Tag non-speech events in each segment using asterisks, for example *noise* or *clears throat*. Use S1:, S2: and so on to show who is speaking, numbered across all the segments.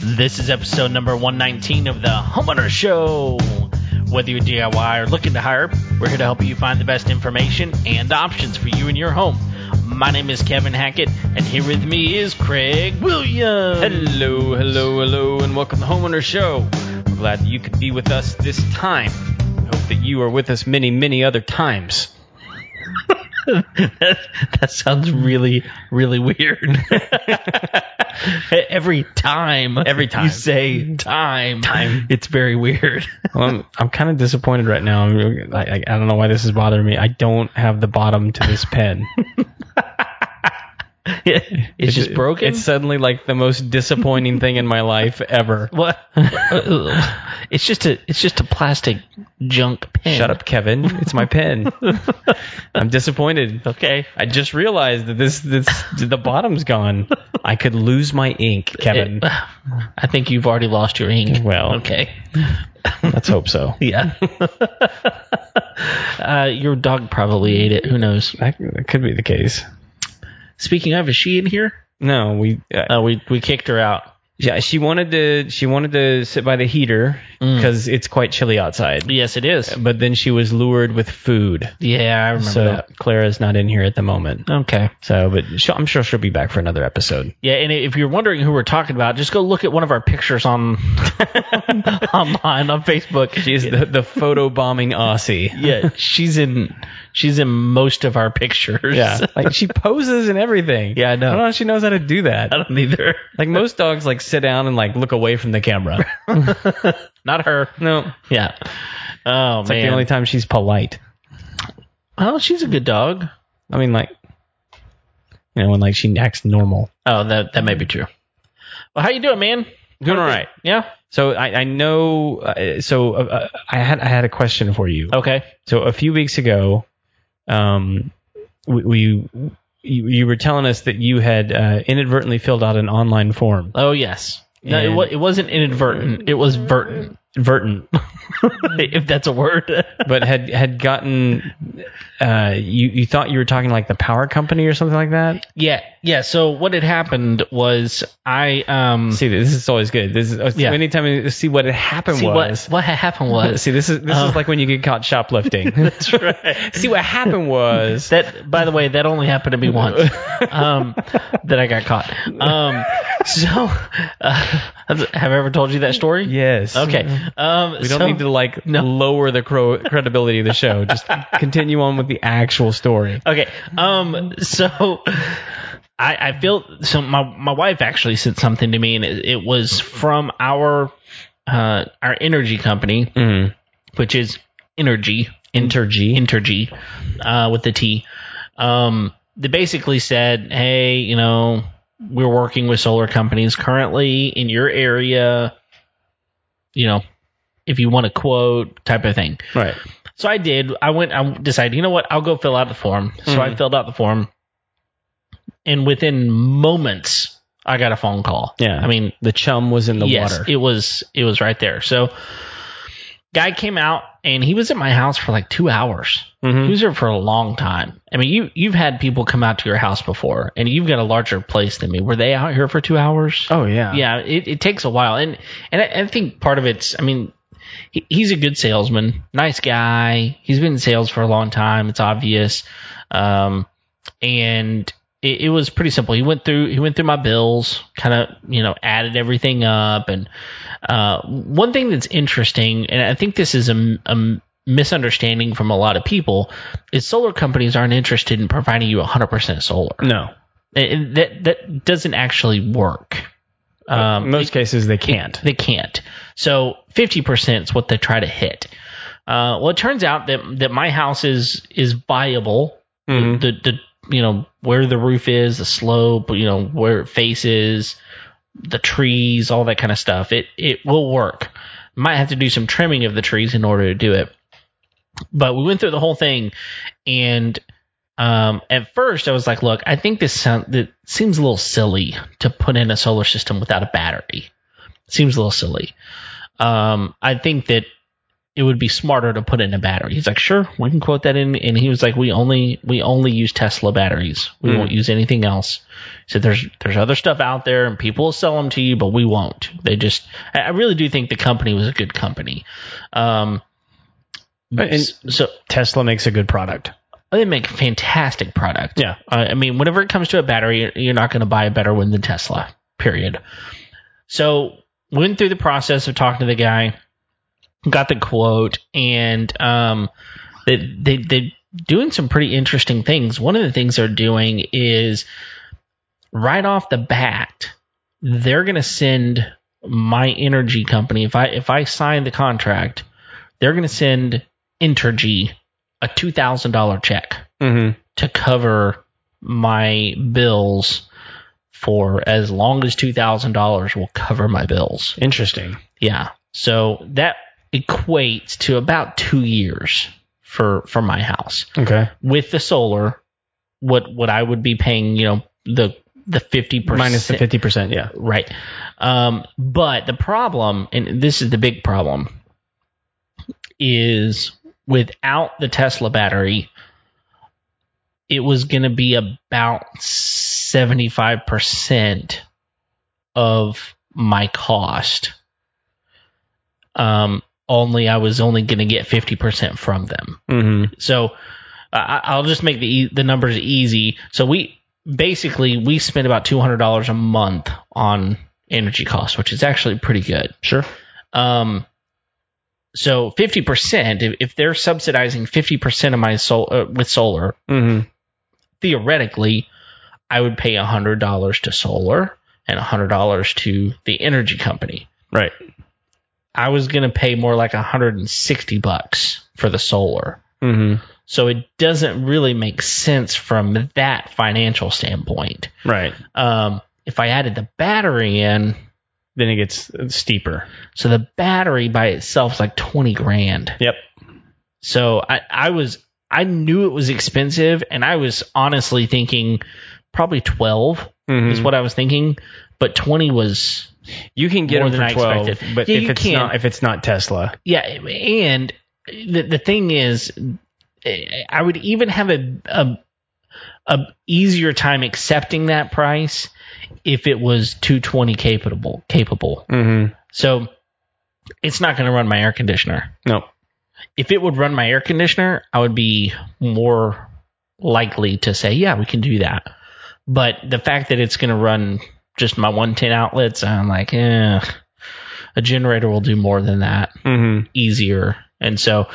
S1: This is episode number 119 of the Homeowner Show. Whether you're DIY or looking to hire, we're here to help you find the best information and options for you and your home. My name is Kevin Hackett, and here with me is Craig Williams.
S2: Hello, hello, hello, and welcome to Homeowner Show. We're glad that you could be with us this time. We hope that you are with us many, many other times.
S1: *laughs* that, that sounds really, really weird. *laughs* Every time,
S2: Every time.
S1: you say time,
S2: Time.
S1: it's very weird.
S2: Well, I'm, I'm kind of disappointed right now. I'm, really- I, I, I don't know why this is bothering me. I don't have the bottom to this pen.
S1: *laughs* it's just
S2: It-
S1: broken.
S2: *laughs* It's suddenly like the most disappointing thing in my life ever.
S1: what? *laughs* it's just a, it's just a plastic junk pen.
S2: Shut up, Kevin. It's my *laughs* pen. I'm disappointed.
S1: *laughs* Okay.
S2: I just realized that this this the bottom's gone. I could lose my ink, *laughs* Kevin.
S1: It- I think you've already lost your ink.
S2: Well.
S1: okay.
S2: Let's hope *laughs* so.
S1: *laughs* Yeah. uh, your dog probably ate it. Who knows?
S2: That, that could be the case.
S1: Speaking of, is she in here?
S2: No, we. Uh,
S1: Uh, we we kicked her out.
S2: yeah, she wanted to. She wanted to sit by the heater
S1: Mm.
S2: because it's quite chilly outside.
S1: Yes, it is.
S2: But then she was lured with food.
S1: Yeah, I remember
S2: So
S1: that.
S2: Clara's not in here at the moment.
S1: Okay.
S2: So, but she, I'm sure she'll be back for another episode.
S1: Yeah, and if you're wondering who we're talking about, just go look at one of our pictures *laughs* on online on Facebook.
S2: She's the, the photo bombing Aussie.
S1: yeah, she's in she's in most of our pictures.
S2: Yeah, like she poses and everything.
S1: Yeah, I know.
S2: I *laughs* don't know how she knows how to do that.
S1: I don't either.
S2: Like most dogs, like sit down and like look away from
S1: *laughs*
S2: the camera.
S1: Not her.
S2: no, it's
S1: Yeah. Oh man.
S2: like the only time she's polite.
S1: oh, she's a good dog.
S2: I mean, like, you know, when like she acts normal.
S1: Oh, that that may be true. Well, how you doing, man?
S2: Doing all right.
S1: Yeah.
S2: So I, I know. Uh, so uh, uh, I had I had a question for you.
S1: Okay.
S2: So a few weeks ago, um, we, we you, you were telling us that you had uh, inadvertently filled out an online form.
S1: Oh yes. No, it,
S2: And-
S1: wa- it wasn't inadvertent. It was vertent, *laughs*
S2: Inadvertent,
S1: if that's a word. *laughs*
S2: but had had gotten. Uh, you you thought you were talking like the power company or something like that.
S1: yeah. Yeah. So what had happened was I um
S2: See, this is always good. This is uh,
S1: Yeah.
S2: anytime you see what had happened
S1: see
S2: was.
S1: what what had happened was
S2: See, this is this is like when you get caught shoplifting. *laughs* That's right. see what happened was.
S1: that. By the way, that only happened to me once. Um, that I got caught. Um, so uh, *laughs* have I ever told you that story?
S2: Yes.
S1: Okay. Um,
S2: We don't need to like
S1: No.
S2: lower the cro- credibility of the show. *laughs* Just continue on with the actual story.
S1: Okay. Um. So, I I feel so. My my wife actually sent something to me, and it, it was from our uh our energy company,
S2: Mm.
S1: which is Energy Intergy Intergy, uh, with the T. Um. They basically said, hey, you know, we're working with solar companies currently in your area. You know, if you want a quote, type of thing.
S2: Right.
S1: So I did. I went. I decided. You know what? I'll go fill out the form. So I
S2: Mhm.
S1: filled out the form, and within moments, I got a phone call.
S2: Yeah.
S1: I mean,
S2: The chum was in the
S1: yes,
S2: water.
S1: it was. It was right there. So, guy came out, and he was at my house for like two hours. He
S2: Mhm.
S1: was there for a long time. I mean, you you've had people come out to your house before, and you've got a larger place than me. Were they out here for two hours?
S2: Oh yeah.
S1: yeah it, it takes a while and and I, I think part of it's i mean he, he's a good salesman nice guy he's been in sales for a long time it's obvious um and it, it was pretty simple he went through he went through my bills kind of you know added everything up and uh one thing that's interesting and i think this is a, m- a m- misunderstanding from a lot of people is solar companies aren't interested in providing you 100% solar
S2: No.
S1: And that that doesn't actually work
S2: In most cases they can't.
S1: they can't. So 50% is what they try to hit. Uh, well, it turns out that that my house is is viable.
S2: Mhm.
S1: The, the you know where the roof is, the slope, you know where it faces, the trees, all that kind of stuff. It it will work. Might have to do some trimming of the trees in order to do it. But we went through the whole thing, and um, at first I was like, look, I think this sound that seems a little silly to put in a solar system without a battery seems a little silly. Um, I think that it would be smarter to put in a battery. He's like, sure, we can quote that in. And he was like, we only we only use Tesla batteries. We won't use anything else. He said there's there's other stuff out there, and people will sell them to you, but we won't. They just, I I really do think the company was a good company. Um,
S2: And
S1: so
S2: Tesla makes a good product.
S1: Oh, they make a fantastic product.
S2: Yeah.
S1: Uh, I mean, whenever it comes to a battery, you're- you're not going to buy a better one than Tesla, period. So, went through the process of talking to the guy, got the quote, and um, they, they, they're doing some pretty interesting things. One of the things they're doing is right off the bat, they're going to send my energy company, if I, if I sign the contract, they're going to send Entergy a $2,000 check
S2: Mm-hmm.
S1: to cover my bills for as long as $2,000 will cover my bills.
S2: Interesting.
S1: Yeah. So that equates to about two years for, for my house
S2: Okay.
S1: with the solar. What, what I would be paying, you know, the, the 50%
S2: Minus the fifty percent. Yeah.
S1: right. Um, but the problem, and this is the big problem, is without the Tesla battery, it was going to be about 75% of my cost. Um, only I was only going to get 50% from them.
S2: Mm-hmm.
S1: So I, I'll just make the e- the numbers easy. So we basically we spend about two hundred dollars a month on energy costs, which is actually pretty good.
S2: Sure.
S1: Um, so fifty percent, if, if they're subsidizing fifty percent of my sol uh, with solar,
S2: Mm-hmm.
S1: theoretically, I would pay hundred dollars to solar and hundred dollars to the energy company.
S2: Right.
S1: I was gonna pay more like hundred and sixty bucks for the solar.
S2: Mm-hmm.
S1: So it doesn't really make sense from that financial standpoint.
S2: Right.
S1: Um, if I added the battery in,
S2: Then it gets steeper.
S1: so the battery by itself is like 20 grand.
S2: Yep.
S1: So I, I was, I knew it was expensive and I was honestly thinking probably 12 is
S2: Mm-hmm.
S1: what I was thinking, but 20 was,
S2: You can get
S1: More
S2: them
S1: than
S2: for
S1: I
S2: twelve,
S1: expected.
S2: but
S1: Yeah,
S2: if
S1: you
S2: it's
S1: can.
S2: not if it's not Tesla,
S1: yeah. And the, the thing is, eh, I would even have a, a, a easier time accepting that price if it was 220 capable capable.
S2: mm-hmm.
S1: So it's not going to run my air conditioner.
S2: no.
S1: If it would run my air conditioner, I would be more likely to say, yeah, we can do that. But the fact that it's going to run just my 110 outlets, I'm like, eh, a generator will do more than that
S2: Mm-hmm.
S1: easier. And so,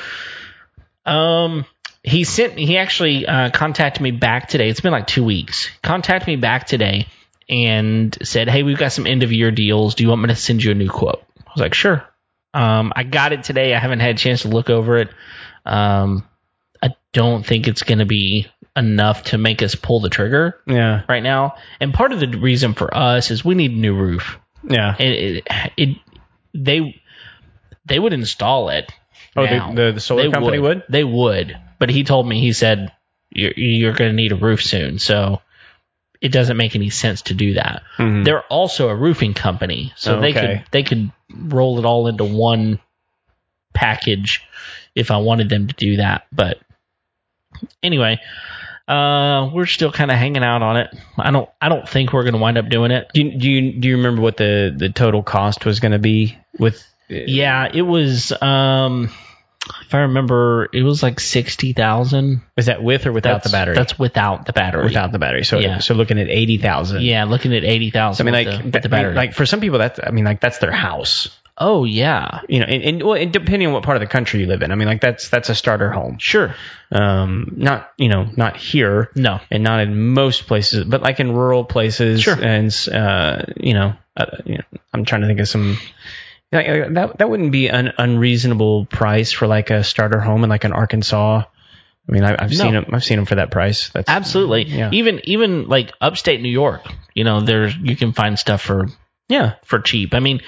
S1: um, he sent he actually uh, contacted me back today. It's been like two weeks. Contacted me back today and said, "Hey, we've got some end of year deals. Do you want me to send you a new quote?" I was like, "Sure." Um, I got it today. I haven't had a chance to look over it. Um, I don't think it's going to be enough to make us pull the trigger
S2: Yeah.
S1: right now. And part of the reason for us is we need a new roof
S2: Yeah.
S1: it, it, it they they would install it.
S2: Oh, the-
S1: now.
S2: the- the solar company would?
S1: They would. But he told me he said you're, you're going to need a roof soon, so it doesn't make any sense to do that.
S2: Mhm.
S1: They're also a roofing company, so they
S2: Okay.
S1: could they could roll it all into one package if I wanted them to do that. But anyway, uh, we're still kind of hanging out on it. I don't I don't think we're going to wind up doing it.
S2: Do you, do you do you remember what the the total cost was going to be with?
S1: Yeah, it was. Um, if I remember, it was like sixty thousand
S2: Is that with or without the battery?
S1: That's without the battery.
S2: without the battery. So
S1: Yeah.
S2: so looking at eighty thousand.
S1: yeah, looking at eighty
S2: I
S1: thousand.
S2: mean,
S1: with
S2: like
S1: the, with
S2: that-
S1: the battery.
S2: like for some people, that's I mean, like that's their house.
S1: oh yeah,
S2: You know, and, and well, and depending on what part of the country you live in, I mean, like that's that's a starter home.
S1: sure.
S2: Um, not you know, not here,
S1: No,
S2: and not in most places, but like in rural places,
S1: Sure.
S2: and uh, you know, uh, you know, I'm trying to think of some. like, uh, That that wouldn't be an unreasonable price for like a starter home in like an Arkansas. I mean, I, I've
S1: No.
S2: seen them. I've seen them for that price. That's
S1: absolutely.
S2: Yeah.
S1: Even even like upstate New York, you know, there's you can find stuff for
S2: yeah.
S1: for cheap. I mean,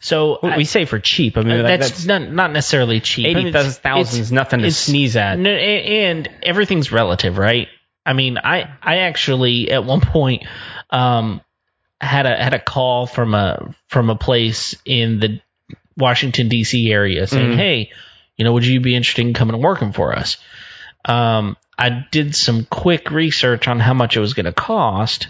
S1: so
S2: Well,
S1: I- Uh,
S2: we say for cheap. I mean, like,
S1: that's,
S2: that's,
S1: not not necessarily cheap. I mean,
S2: eighty
S1: it's-
S2: thousand
S1: it's-
S2: is nothing to
S1: it's-
S2: sneeze at.
S1: No, a- and everything's relative, right? I mean, I I actually at one point um, had a had a call from a from a place in the Washington D.C. area saying,
S2: Mhm.
S1: "Hey, You know, would you be interested in coming and working for us? Um, I did some quick research on how much it was going to cost,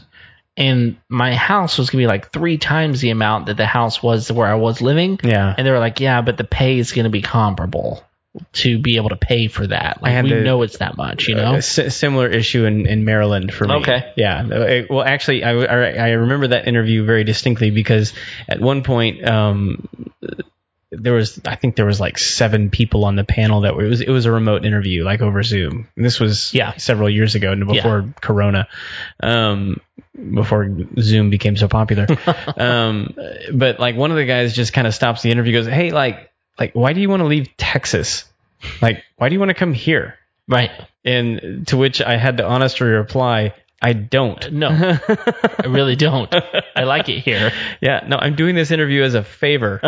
S1: and my house was going to be like three times the amount that the house was where I was living.
S2: Yeah.
S1: And they were like, yeah, but the pay is going to be comparable to be able to pay for that. Like,
S2: had
S1: we
S2: to-
S1: know it's that much, you know?
S2: A si- similar issue in, in Maryland for me.
S1: Okay.
S2: Yeah. Uh, Well, actually, I, I, I remember that interview very distinctly because at one point, um, there was I think there was like seven people on the panel that were, it was it was a remote interview like over Zoom. And this was
S1: Yeah.
S2: several years ago and before Corona, um, before Zoom became so
S1: *laughs*
S2: popular. um, but like one of the guys just kind of stops the interview, goes, "Hey, like like why do you want to leave Texas? Like why do you want to come here?"
S1: Right.
S2: And to which I had the honest reply, I don't. *laughs*
S1: No, I really don't. I like it here.
S2: Yeah, no, I'm doing this interview as a *laughs* favor.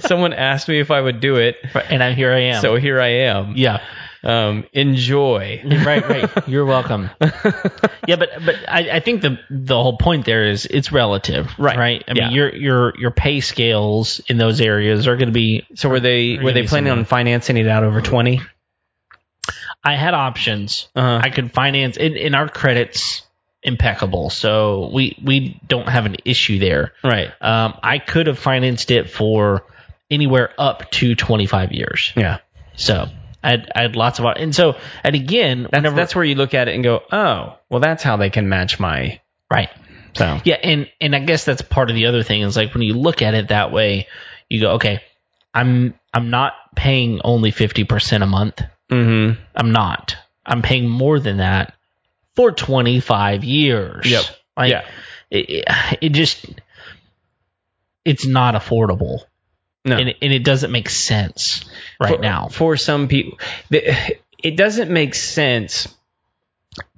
S2: Someone asked me if I would do it,
S1: And I, here I am.
S2: so here I am.
S1: yeah.
S2: Um, enjoy.
S1: right, right. You're
S2: *laughs*
S1: welcome. yeah, but but I, I think the the whole point there is it's relative,
S2: Right.
S1: Right. I
S2: Yeah.
S1: mean, your your your pay scales in those areas are going to be.
S2: So were they were
S1: gonna
S2: they
S1: be
S2: planning
S1: similar.
S2: on financing it out over 20?
S1: I had options.
S2: Uh-huh.
S1: I could finance in, in our credits impeccable, so we we don't have an issue there.
S2: Right.
S1: Um, I could have financed it for anywhere up to 25 years.
S2: Yeah.
S1: So I had, I had lots of op- and so and again
S2: That's,
S1: whenever
S2: that's where you look at it and go, "Oh, well that's how they can match my."
S1: right.
S2: So.
S1: Yeah, and and I guess that's part of the other thing is like when you look at it that way, you go, okay, I'm I'm not paying only fifty percent a month.
S2: Mhm.
S1: I'm not. I'm paying more than that for twenty five years.
S2: Yep.
S1: Like,
S2: Yeah.
S1: It, it, it just it's not affordable,
S2: No.
S1: and it, and it doesn't make sense right
S2: for,
S1: now.
S2: for some people the- it doesn't make sense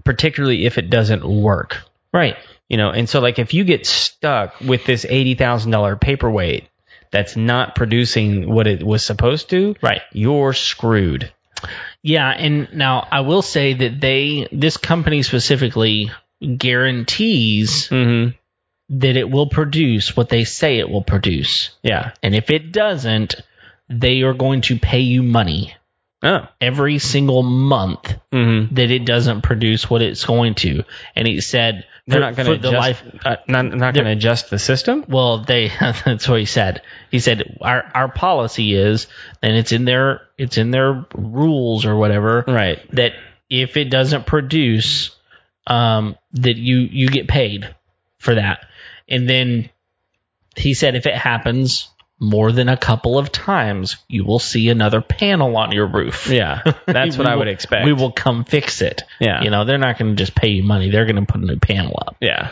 S2: particularly if it doesn't work
S1: Right.
S2: you know and so like if you get stuck with this $80000 paperweight that's not producing what it was supposed to
S1: Right.
S2: you're screwed
S1: Yeah, and now I will say that they this company specifically guarantees
S2: mm-hmm.
S1: that it will produce what they say it will produce.
S2: yeah
S1: And if it doesn't, they are going to pay you money
S2: oh
S1: every single month
S2: mm-hmm.
S1: that it doesn't produce what it's going to. And he said
S2: they're
S1: for-
S2: not going to
S1: for the
S2: adjust
S1: life
S2: uh, not, not going to adjust the system
S1: well, they *laughs* that's what he said. He said our our policy is and it's in their it's in their rules or whatever
S2: right
S1: that if it doesn't produce, um, that you you get paid for that. And then he said, if it happens more than a couple of times, you will see another panel on your roof.
S2: *laughs* yeah that's
S1: We
S2: what i
S1: will-
S2: would expect
S1: We will come fix it.
S2: Yeah.
S1: You know, they're not going to just pay you money. They're going to put a new panel up.
S2: yeah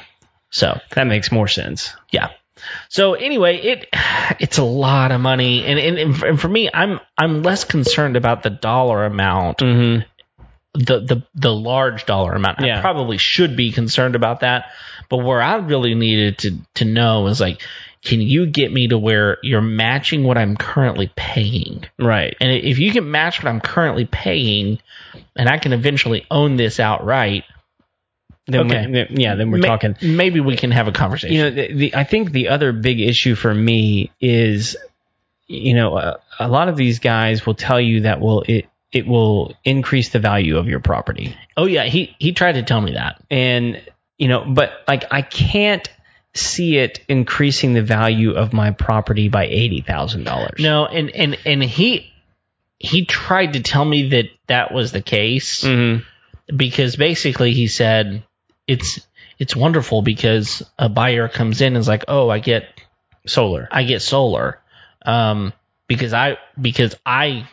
S1: So
S2: that makes more sense
S1: yeah. So anyway, it it's a lot of money, and and, and for- and for me, I'm I'm less concerned about the dollar amount
S2: mm-hmm.
S1: the the the large dollar amount. I
S2: Yeah.
S1: probably should be concerned about that. But where I really needed to to know is like, can you get me to where you're matching what I'm currently paying?
S2: right
S1: And if you can match what I'm currently paying, and I can eventually own this outright,
S2: then we-
S1: Okay.
S2: then- yeah then we're
S1: ma-
S2: talking
S1: Maybe we can have a conversation.
S2: you know the, the i think the other big issue for me is you know a, a lot of these guys will tell you that will it it will increase the value of your property
S1: oh yeah, he he tried to tell me that.
S2: and you know but like i can't see it increasing the value of my property by $80,000
S1: No, and and and he he tried to tell me that that was the case.
S2: Mhm.
S1: because basically he said it's it's wonderful because a buyer comes in and is like, "Oh, I get
S2: solar
S1: I get solar." Um because I because I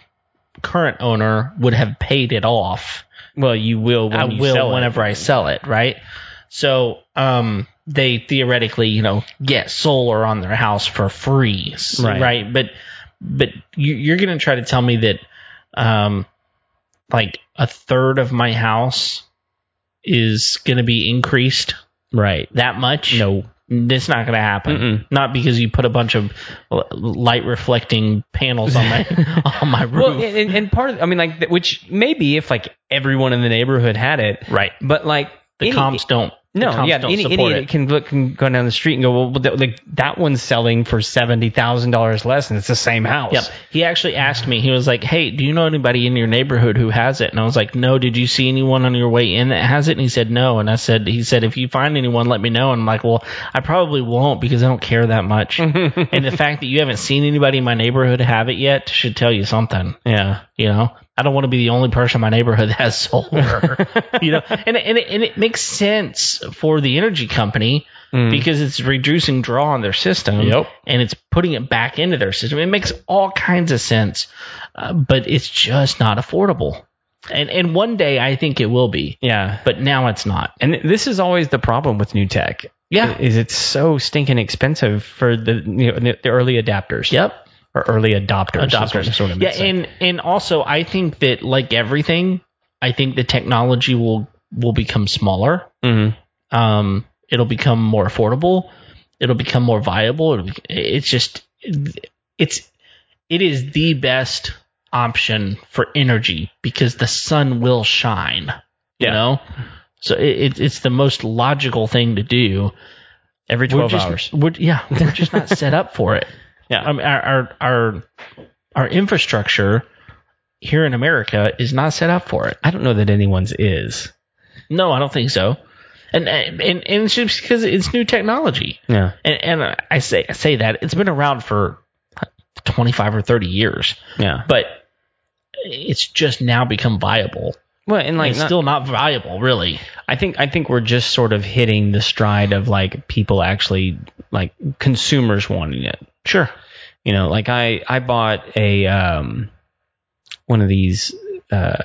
S1: current owner would have paid it off.
S2: well you will when
S1: I
S2: you
S1: will
S2: sell it.
S1: whenever I sell it, right? So, um they theoretically, you know, get solar on their house for free, s-
S2: Right.
S1: right? But but you you're going to try to tell me that um like a third of my house is going to be increased
S2: right
S1: that much?
S2: no
S1: It's not going to happen.
S2: Mm-mm.
S1: Not because you put a bunch of l- light reflecting panels on
S2: *laughs*
S1: my on my roof.
S2: well and, and- and part of i mean like th- which maybe if like everyone in the neighborhood had it
S1: right.
S2: but like
S1: The
S2: any-
S1: comps don't
S2: No,
S1: comps
S2: yeah,
S1: don't
S2: any
S1: support
S2: idiot
S1: it.
S2: can look can go down the street and go, well, but that, like that one's selling for seventy thousand dollars less, and it's the same house.
S1: Yep. He actually asked me, he was like, Hey, do you know anybody in your neighborhood who has it? And I was like, No, did you see anyone on your way in that has it? And he said, No. And I said, He said, If you find anyone, let me know. And I'm like, Well, I probably won't because I don't care that much. and the fact that you haven't seen anybody in my neighborhood have it yet should tell you something.
S2: Yeah.
S1: You know, I don't want to be the only person in my neighborhood that has
S2: *laughs*
S1: solar. you know, and it- and it, and it makes sense for the energy company because it's reducing draw on their system.
S2: Mm. Yep.
S1: and it's putting it back into their system. It makes all kinds of sense, uh, but it's just not affordable. And and one day I think it will be,
S2: Yeah.
S1: but now it's not.
S2: And this is always the problem with new tech.
S1: Yeah.
S2: Is it's so stinking expensive for the you know, the the early adapters.
S1: Yep.
S2: Or early adopters. is what-
S1: adopters.
S2: Sort of
S1: yeah,
S2: makes sense.
S1: and and also I think that like everything, I think the technology will will become smaller.
S2: Mhm.
S1: um, it'll become more affordable it'll become more viable it'll be, it's just it's it is the best option for energy because the sun will shine you
S2: Yeah.
S1: know so it, it, it's the most logical thing to do
S2: every
S1: We're
S2: twelve
S1: just-
S2: hours.
S1: we're- yeah we're just not set up for it
S2: *laughs* Yeah.
S1: I mean, our, our our our infrastructure here in america is not set up for it
S2: I don't know that anyone's is.
S1: no i don't think so and and and it's just because it's new technology
S2: Yeah.
S1: and, and I say I say that it's been around for 25 or 30 years,
S2: Yeah.
S1: but it's just now become viable.
S2: Well, and like
S1: it's
S2: not-
S1: still not viable, really.
S2: I think I think we're just sort of hitting the stride of like people actually like consumers wanting it.
S1: Sure.
S2: You know, like I I bought a um one of these uh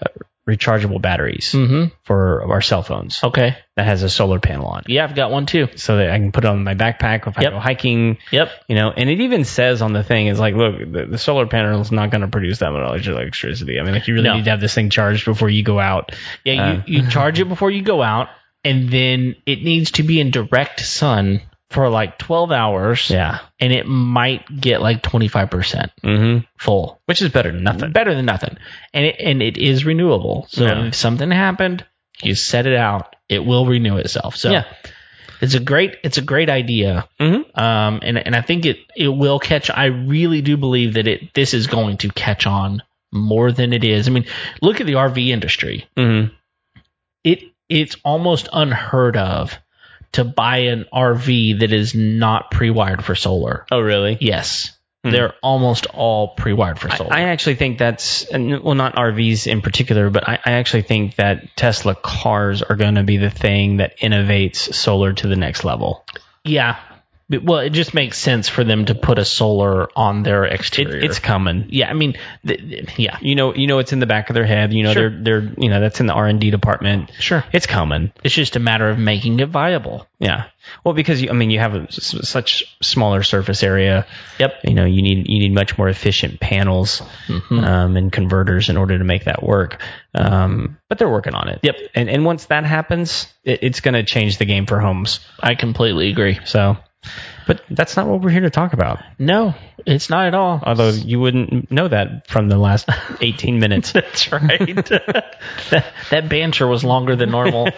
S2: rechargeable batteries
S1: Mm-hmm.
S2: for our cell phones
S1: Okay.
S2: that has a solar panel on it.
S1: Yeah, I've got one too.
S2: So that I can put it on my backpack if I
S1: Yep.
S2: go hiking,
S1: Yep.
S2: you know, and it even says on the thing, it's like, look, the, the solar panel is not going to produce that much electricity. I mean, like you really
S1: No.
S2: need to have this thing charged before you go out.
S1: Yeah, you,
S2: Uh.
S1: you charge it before you go out, and then it needs to be in direct sun for like 12 hours,
S2: Yeah.
S1: and it might get like 25%
S2: Mm-hmm.
S1: full.
S2: Which is better than nothing.
S1: Better than nothing. And it, and it is renewable. So
S2: Yeah.
S1: if something happened, you set it out, it will renew itself. So
S2: Yeah.
S1: it's a great it's a great idea.
S2: Mm-hmm.
S1: Um and and I think it it will catch I really do believe that it this is going to catch on more than it is. I mean, look at the RV industry.
S2: Mm-hmm.
S1: It it's almost unheard of to buy an RV that is not pre-wired for solar.
S2: Oh, really?
S1: Yes.
S2: Hmm.
S1: They're almost all pre-wired for
S2: I-
S1: solar.
S2: I actually think that's and, well, not RVs in particular, but I, I actually think that Tesla cars are going to be the thing that innovates solar to the next level.
S1: Yeah. But- well, it just makes sense for them to put a solar on their
S2: It,
S1: exterior.
S2: it's coming.
S1: yeah, I mean, th- th- yeah,
S2: You know, you know, it's in the back of their head. You know,
S1: Sure.
S2: they're they're you know that's in the R and D department.
S1: sure.
S2: It's coming.
S1: It's just a matter of making it viable.
S2: Yeah. Well, because you, I mean, you have a s such smaller surface area.
S1: Yep. Mm-hmm.
S2: You know, you need you need much more efficient panels um, and converters in order to make that work. Um, but they're working on it.
S1: Yep.
S2: And and once that happens, it, it's going to change the game for homes.
S1: I completely agree.
S2: So, but that's not what we're here to talk about.
S1: No, it's not at all.
S2: Although you wouldn't know that from
S1: *laughs*
S2: the last 18 minutes.
S1: That's right.
S2: *laughs*
S1: that, that banter was longer than normal.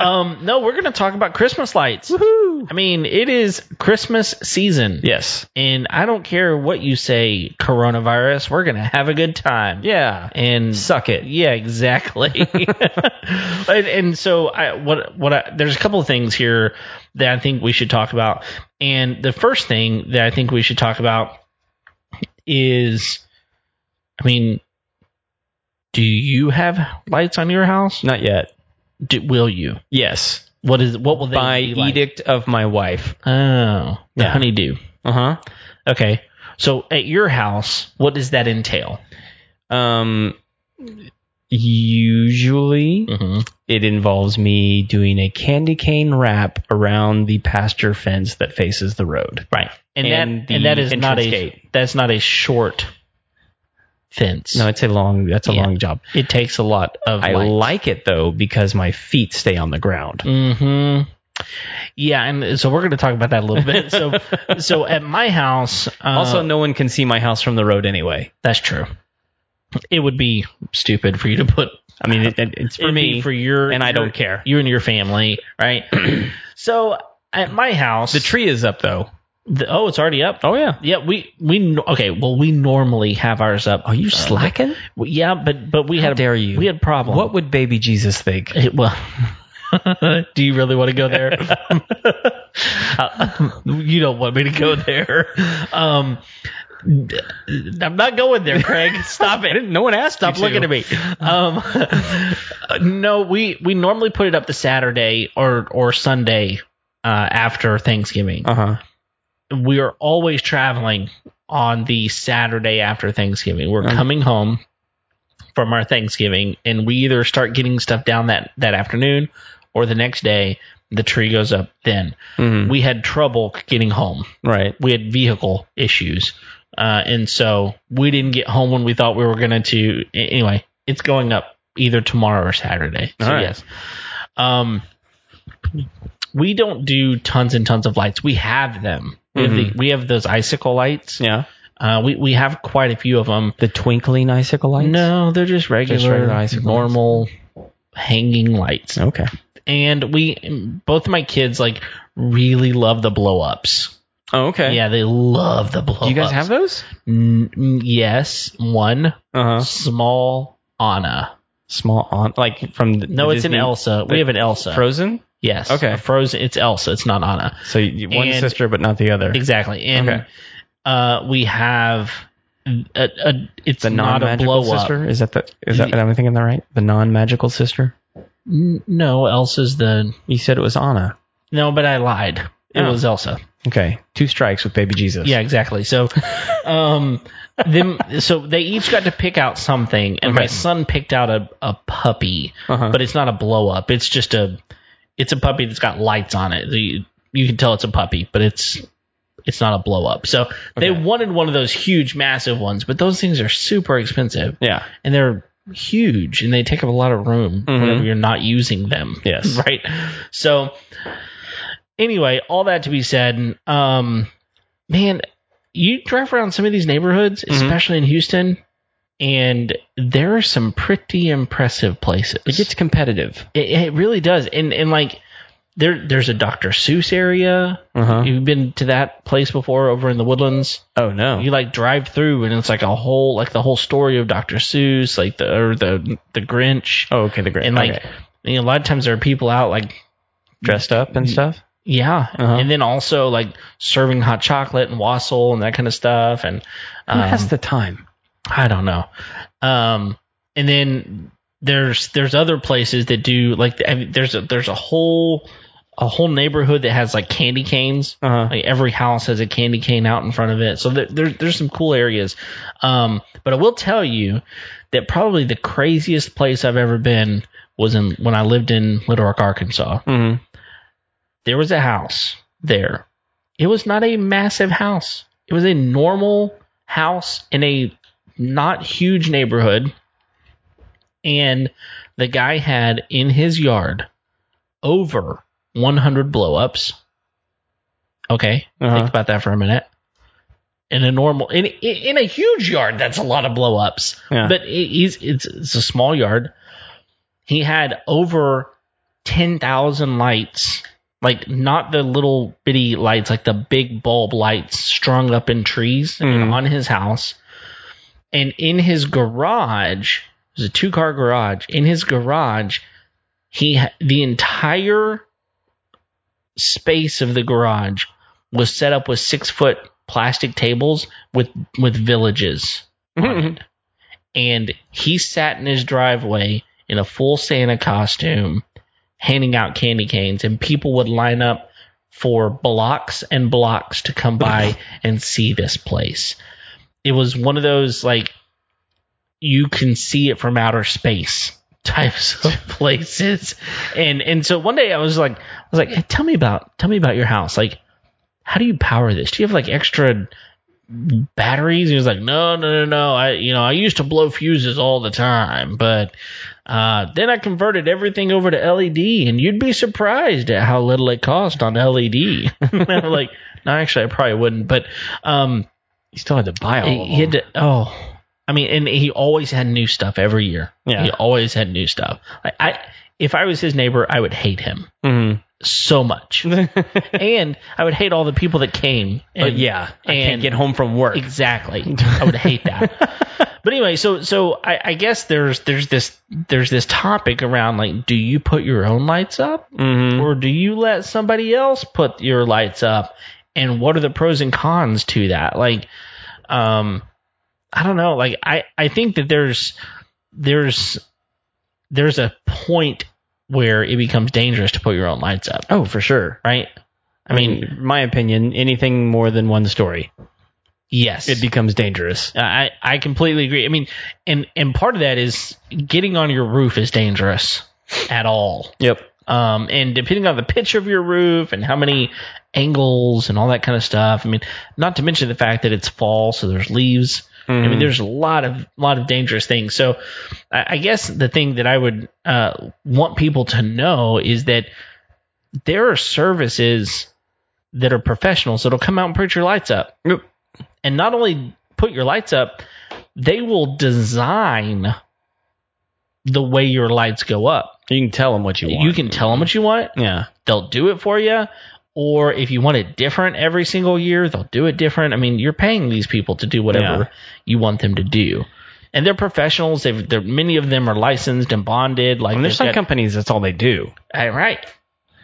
S1: um, no, we're going to talk about Christmas lights.
S2: Woohoo!
S1: I mean, it is Christmas season.
S2: Yes.
S1: And I don't care what you say, coronavirus, we're going to have a good time.
S2: Yeah.
S1: And
S2: Suck it.
S1: Yeah,
S2: *laughs*
S1: exactly. *laughs* and, and so I, what what I, there's a couple of things here that I think we should talk about. And the first thing that I think we should talk about is I mean, do you have lights on your house?
S2: Not yet.
S1: Do, will you?
S2: Yes.
S1: What is what will they
S2: By
S1: be like?
S2: edict of my wife.
S1: Oh, the
S2: Yeah.
S1: honeydew. Uh-huh.
S2: Uh
S1: Okay. So at your house, what does that entail?
S2: huh. Um, usually
S1: Mm-hmm.
S2: it involves me doing a candy cane wrap around the pasture fence that faces the road.
S1: Right. And,
S2: And
S1: that
S2: the
S1: and that is not a
S2: entrance gate.
S1: that's not a short fence.
S2: No, it's a long. That's a
S1: Yeah.
S2: long job.
S1: it takes a lot of
S2: I like it though because my feet stay on the ground.
S1: hmm Yeah, and so we're going to talk about that a little bit.
S2: *laughs*
S1: So so at my house, uh,
S2: Also, no one can see my house from the road anyway.
S1: that's true. it would be stupid for you to put
S2: I mean, it, it- it's for
S1: It'd be
S2: me.
S1: for your
S2: and I
S1: your-
S2: don't care.
S1: you and your family,
S2: *clears throat*
S1: right? so at my house,
S2: the tree is up though.
S1: the- oh, it's already up.
S2: Oh yeah.
S1: Yeah, we we no- okay. Well, we normally have ours up.
S2: Are Oh, you slacking?
S1: Well, yeah, but but we had a,
S2: dare you.
S1: We had problem.
S2: What would baby Jesus think?
S1: It, well, do you really want to go there? Uh, you don't want me to go there. Um, I'm not going there, Craig. *laughs* Stop it.
S2: No one asked.
S1: Stop
S2: you to.
S1: looking at me. Um, no, we we normally put it up the Saturday or or Sunday uh, after Thanksgiving.
S2: Uh huh.
S1: we are always traveling on the Saturday after Thanksgiving. We're
S2: Mhm.
S1: coming home from our Thanksgiving, and we either start getting stuff down that that afternoon or the next day. The tree goes up. Then we had trouble getting home.
S2: Right.
S1: We had vehicle issues, uh, and so we didn't get home when we thought we were going to. a- Anyway, it's going up either tomorrow or Saturday. So
S2: All right.
S1: yes, um, we don't do tons and tons of lights. We have them. We, have,
S2: Mhm.
S1: the, we have those icicle lights.
S2: Yeah.
S1: Uh, we we have quite a few of them.
S2: The twinkling icicle lights.
S1: No, they're just regular,
S2: regular icicle
S1: normal hanging lights.
S2: Okay.
S1: And we both of my kids like really love the blow ups.
S2: Oh, okay.
S1: Yeah, they love the blow ups.
S2: Do you guys have those?
S1: yes, one
S2: Uh huh.
S1: small Anna.
S2: Small on like from the,
S1: No,
S2: the
S1: it's an
S2: Disney-
S1: Elsa. We
S2: the
S1: have an Elsa.
S2: Frozen.
S1: yes.
S2: Okay.
S1: A Frozen. It's Elsa. It's not Anna.
S2: So you, one
S1: And-
S2: sister, but not the other.
S1: Exactly. And
S2: Okay.
S1: uh, we have a, a it's
S2: The
S1: not a
S2: non-magical
S1: blow up.
S2: sister. Is that the? Is that?
S1: The-
S2: Am I thinking that right? The non-magical sister.
S1: N- No, Elsa's the
S2: You said it was Anna.
S1: no, but I lied. It
S2: Oh.
S1: was Elsa.
S2: Okay. Two strikes with baby Jesus.
S1: Yeah, exactly.
S2: *laughs*
S1: So, um, them so they each got to pick out something, and my
S2: Okay.
S1: son picked out a a puppy,
S2: Uh-huh.
S1: but it's not a blow up. It's just a it's a puppy that's got lights on it. You, you can tell it's a puppy, but it's it's not a blow up. So they
S2: Okay.
S1: wanted one of those huge, massive ones, but those things are super expensive.
S2: Yeah.
S1: and they're huge and they take up a lot of room
S2: Mhm.
S1: whenever you're not using them.
S2: Yes.
S1: *laughs* Right. So anyway, all that to be said, um man, you drive around some of these neighborhoods,
S2: Mm-hmm.
S1: especially in Houston, and there are some pretty impressive places.
S2: It gets competitive.
S1: it, it really does. And and like there there's a Dr. Seuss area.
S2: Uh huh.
S1: You've been to that place before over in the woodlands
S2: Oh no.
S1: you like drive through and it's like a whole like the whole story of Dr. Seuss, like the or the the Grinch.
S2: oh okay. The great.
S1: and like
S2: okay.
S1: you know, a lot of times there are people out like
S2: dressed up and stuff.
S1: yeah.
S2: Uh-huh.
S1: And then also like serving hot chocolate and wassail and that kind of stuff and
S2: Who
S1: um,
S2: has the time?
S1: I don't know. Um and then there's there's other places that do like I mean, there's a there's a whole a whole neighborhood that has like candy canes.
S2: Uh huh.
S1: Like every house has a candy cane out in front of it. So there, there, there's some cool areas. Um, but I will tell you that probably the craziest place I've ever been was in when I lived in Little Rock, Arkansas.
S2: hmm
S1: There was a house there. It was not a massive house. It was a normal house in a not huge neighborhood. And the guy had in his yard over 100 blow ups. Okay.
S2: Uh-huh.
S1: Think about that for a minute. In a normal, in in a huge yard, that's a lot of blow ups.
S2: Yeah. *laughs*
S1: But it- he's it's it's a small yard. He had over ten thousand lights, like not the little bitty lights, like the big bulb lights strung up in trees and
S2: Mhm.
S1: on his house. And in his garage, it was a two car garage. In his garage, he ha- the entire space of the garage was set up with six foot plastic tables with with villages
S2: Mm-hmm.
S1: and he sat in his driveway in a full Santa costume, handing out candy canes, and people would line up for blocks and blocks to come by and see this place. It was one of those like you can see it from outer space types of places. And and so one day I was like I was like, hey, tell me about tell me about your house. Like, how do you power this? Do you have like extra batteries? He was like, no, no, no, no. I, you know, I used to blow fuses all the time, but uh, then I converted everything over to LED, and you'd be surprised at how little it cost on *laughs* LED. I'm like, no, actually, I probably wouldn't, but um,
S2: You still had to buy all.
S1: he had to, oh, I mean, and he always had new stuff every year.
S2: Yeah.
S1: He always had new stuff. Like I, if I was his neighbor, I would hate him
S2: Mm-hmm.
S1: so much, and I would hate all the people that came.
S2: but
S1: And-
S2: yeah, I can't
S1: and-
S2: get home from work. *laughs*
S1: Exactly. I would hate that. but anyway, so so I, I guess there's there's this there's this topic around like, do you put your own lights up,
S2: Mm-hmm.
S1: or do you let somebody else put your lights up, and what are the pros and cons to that? Like, um, I don't know. Like I I think that there's there's there's a point where it becomes dangerous to put your own lights up,
S2: Oh, for sure.
S1: right? I
S2: I mean,
S1: mean,
S2: in my opinion, anything more than one story,
S1: yes,
S2: it becomes dangerous.
S1: I I completely agree. I mean, and and part of that is getting on your roof is dangerous at all.
S2: Yep.
S1: Um, and depending on the pitch of your roof and how many angles and all that kind of stuff. I mean, not to mention the fact that it's fall, so there's leaves. I mean, there's a lot of lot of dangerous things. So, I, I guess the thing that I would uh, want people to know is that there are services that are professionals that'll come out and put your lights up
S2: Yep.
S1: and not only put your lights up, they will design the way your lights go up.
S2: You can tell them what you want.
S1: You can tell them what you want,
S2: Yeah.
S1: they'll do it for you. Or if you want it different every single year, they'll do it different. I mean, you're paying these people to do whatever you want them to do. And they're professionals. They've, they're, many of them are licensed and bonded. Like
S2: And there's
S1: they've
S2: some
S1: got-
S2: companies that's all they do.
S1: All right.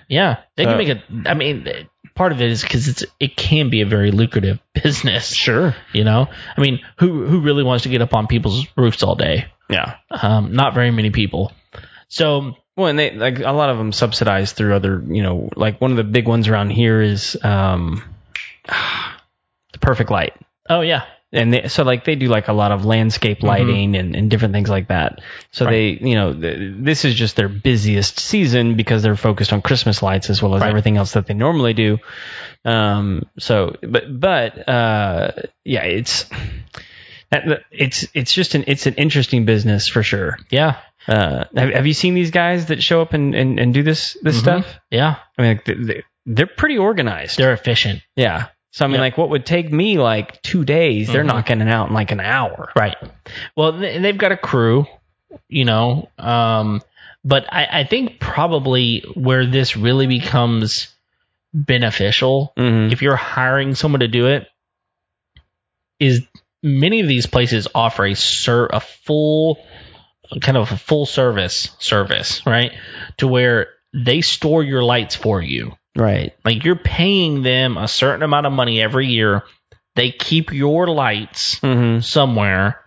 S1: Yeah, they can
S2: Uh,
S1: make a. I mean, th- part of it is because it's it can be a very lucrative *laughs* business.
S2: Sure.
S1: You know, I mean, who who really wants to get up on people's roofs all day?
S2: Yeah.
S1: Um, not very many people. So
S2: Well, and they like a lot of them subsidized through other, you know, like one of the big ones around here is um, *sighs* the Perfect Light,
S1: oh yeah,
S2: and they, so like they do like a lot of landscape lighting and, and different things like that. So they, you know, th- this is just their busiest season because they're focused on Christmas lights as well as
S1: Right.
S2: everything else that they normally do. Um, so, but but uh, yeah, it's. that- It's it's just an it's an interesting business for sure.
S1: yeah,
S2: Uh, have, have you seen these guys that show up and, and, and do this this stuff?
S1: yeah.
S2: I mean, like, they- they, they're pretty organized.
S1: They're efficient,
S2: yeah. Mm-hmm. So I mean,
S1: Yeah.
S2: like, what would take me like two days, they're
S1: Mhm.
S2: knocking it out in like an hour.
S1: right? Well, th- and they've got a crew, you know. Um, but I, I think probably where this really becomes beneficial
S2: Mm-hmm.
S1: if you're hiring someone to do it is many of these places offer a ser- a full kind of a full service service right to where they store your lights for you
S2: Right.
S1: like you're paying them a certain amount of money every year they keep your lights
S2: Mm-hmm.
S1: somewhere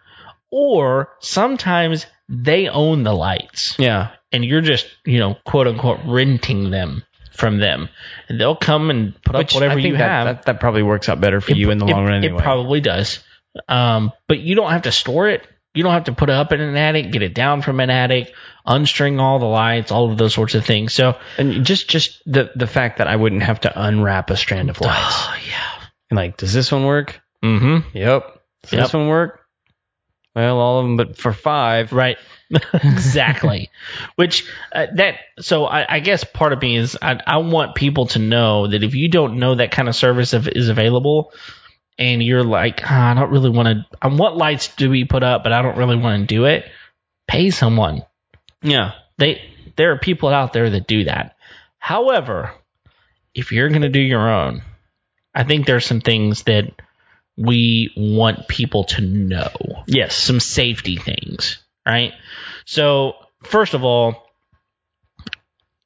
S1: or sometimes they own the lights
S2: Yeah.
S1: and you're just you know quote unquote renting them from them and they'll come and put up whatever
S2: I think
S1: you
S2: that,
S1: have
S2: that, that probably works out better for
S1: it-
S2: you in the
S1: it-
S2: long run. Anyway.
S1: It probably does. Um, but you don't have to store it. You don't have to put it up in an attic, get it down from an attic, unstring all the lights, all of those sorts of things. So,
S2: and just just the the fact that I wouldn't have to unwrap a strand of lights.
S1: yeah.
S2: and like, does this one work?
S1: Mm-hmm.
S2: Yep. Does
S1: Yep.
S2: this one work? Well, all of them, but for five.
S1: Right. *laughs* exactly. *laughs* Which uh, that so I, I guess part of me is I, I want people to know that if you don't know that kind of service if, is available, and you're like "Ah, I don't really want to. I want lights to be put up, but I don't really want to do it. Pay someone.
S2: Yeah.
S1: they there are people out there that do that. However, if you're going to do your own, I think there's some things that we want people to know,
S2: Yes.
S1: some safety things, right? So, first of all,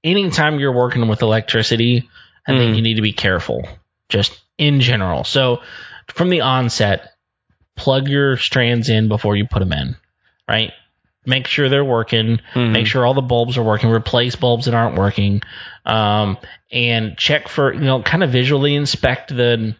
S1: anytime you're working with electricity, I think
S2: Mm.
S1: you need to be careful just in general. So, from the onset, plug your strands in before you put them in, right? Make sure they're working
S2: Mhm.
S1: make sure all the bulbs are working replace bulbs that aren't working um, and check for you know kind of visually inspect the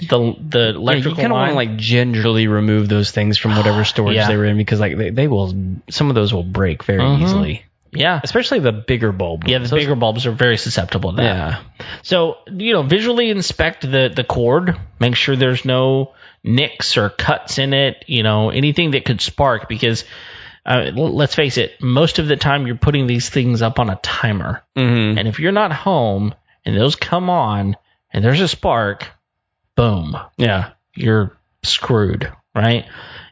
S1: the the
S2: Electrical Oh,
S1: electrical
S2: you kind of want
S1: line
S2: to like gingerly remove those things from whatever storage
S1: Yeah.
S2: they were in because like they, they will some of those will break very
S1: Mhm.
S2: easily,
S1: yeah
S2: especially the bigger bulb.
S1: yeah the
S2: ones. Those-
S1: bigger bulbs are very susceptible to that
S2: Yeah.
S1: so you know visually inspect the the cord make sure there's no nicks or cuts in it you know anything that could spark because uh, l- let's face it most of the time you're putting these things up on a timer
S2: Mm-hmm.
S1: And if you're not home and those come on and there's a spark, boom,
S2: *laughs* Yeah.
S1: you're screwed, right?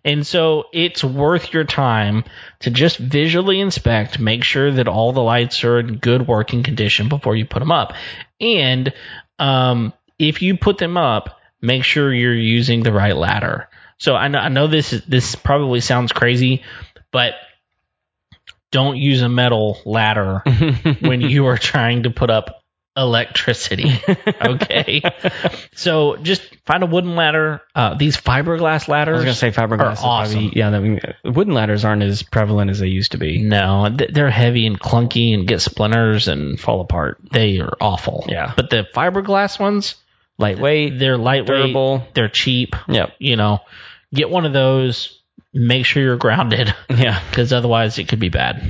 S1: And so it's worth your time to just visually inspect, make sure that all the lights are in good working condition before you put them up. And um, if you put them up, make sure you're using the right ladder. So I know, I know this is, this probably sounds crazy, but don't use a metal ladder when you are trying to put up electricity.
S2: *laughs*
S1: Okay. so just find a wooden ladder. Uh, these fiberglass
S2: I was
S1: ladders.
S2: gonna say fiberglass. is probably-
S1: awesome.
S2: yeah, that we- wooden ladders aren't as prevalent as they used to be.
S1: no, th- they're heavy and clunky and get splinters and fall apart. They are awful.
S2: Yeah.
S1: But the fiberglass ones,
S2: Lightweight,
S1: they're lightweight.
S2: durable.
S1: They're cheap.
S2: Yep.
S1: You know, get one of those. Make sure you're grounded
S2: Yeah.
S1: because otherwise it could be bad.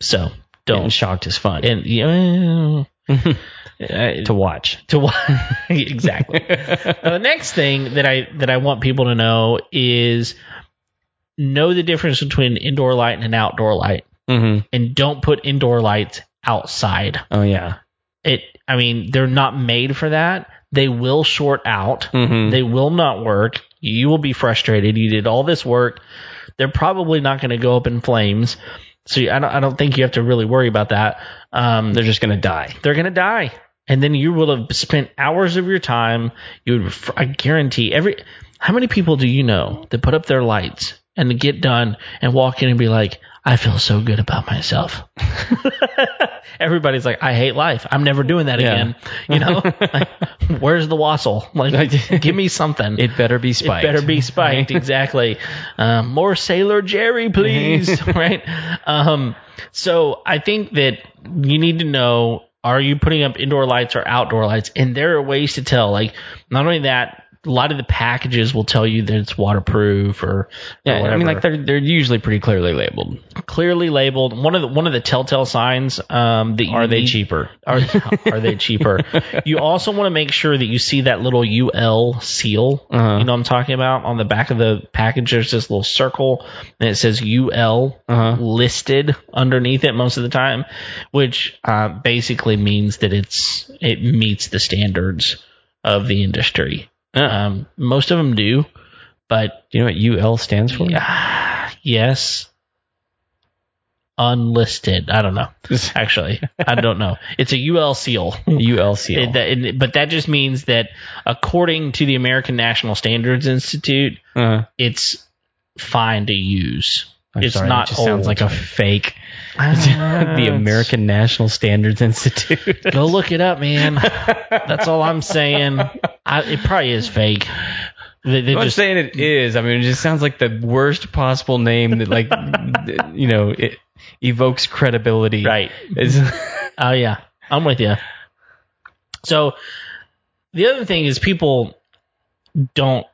S1: So
S2: Getting
S1: don't.
S2: shocked is fun Uh,
S1: And, yeah,
S2: to watch. Mm-hmm.
S1: to *laughs* what
S2: *laughs*
S1: exactly Now, the next thing that i that i want people to know is know the difference between an indoor light and an outdoor light
S2: hmm
S1: and don't put indoor lights outside
S2: Oh yeah.
S1: it i mean they're not made for that they will short out
S2: hmm
S1: they will not work you will be frustrated you did all this work they're probably not going to go up in flames so I don't, I don't think you have to really worry about that um,
S2: They're just gonna die.
S1: they're gonna die and then you will have spent hours of your time you would i guarantee every how many people do you know that put up their lights and get done and walk in and be like i feel so good about myself *laughs* everybody's like i hate life i'm never doing that
S2: Yeah.
S1: again you
S2: *laughs*
S1: know like, where's the wassail like give me something
S2: It better be spiked.
S1: better
S2: *laughs*
S1: be spiked, exactly. Um, more Sailor Jerry,
S2: *laughs*
S1: please. right. Um, so I think that you need to know: Are you putting up indoor lights or outdoor lights? And there are ways to tell. Like not only that, a lot of the packages will tell you that it's waterproof or, or
S2: Yeah, I
S1: whatever
S2: mean, like they're they're usually pretty clearly labeled.
S1: clearly labeled. One of the one of the telltale signs um, that you
S2: Are they
S1: need-
S2: cheaper?
S1: Are *laughs* are they
S2: *laughs*
S1: cheaper? you also want to make sure that you see that little UL seal.
S2: Uh-huh.
S1: You know what I'm talking about on the back of the package. There's this little circle and it says UL
S2: Uh-huh.
S1: listed underneath it most of the time, which uh, basically means that it's it meets the standards of the industry. Um, most of them do, but
S2: Do Uh-uh. you know what UL stands for?
S1: Ah, yes. Unlisted. I don't know. Actually, I don't know. It's a UL seal.
S2: ULCL.
S1: It- that- it- but that just means that according to the American National Standards Institute,
S2: uh,
S1: it's fine to use.
S2: I'm
S1: it's
S2: sorry,
S1: not Ah.
S2: that just sounds like a fake. *laughs* *laughs* the American National Standards Institute.
S1: Go look it up, man. That's all I'm saying. I, it probably is fake. They, they
S2: I'm
S1: just
S2: saying it is. I mean, it just sounds like the worst possible name that, *laughs* like, you know, it evokes credibility.
S1: right.
S2: *laughs* It's-
S1: Oh yeah, I'm with you. So the other thing is people don't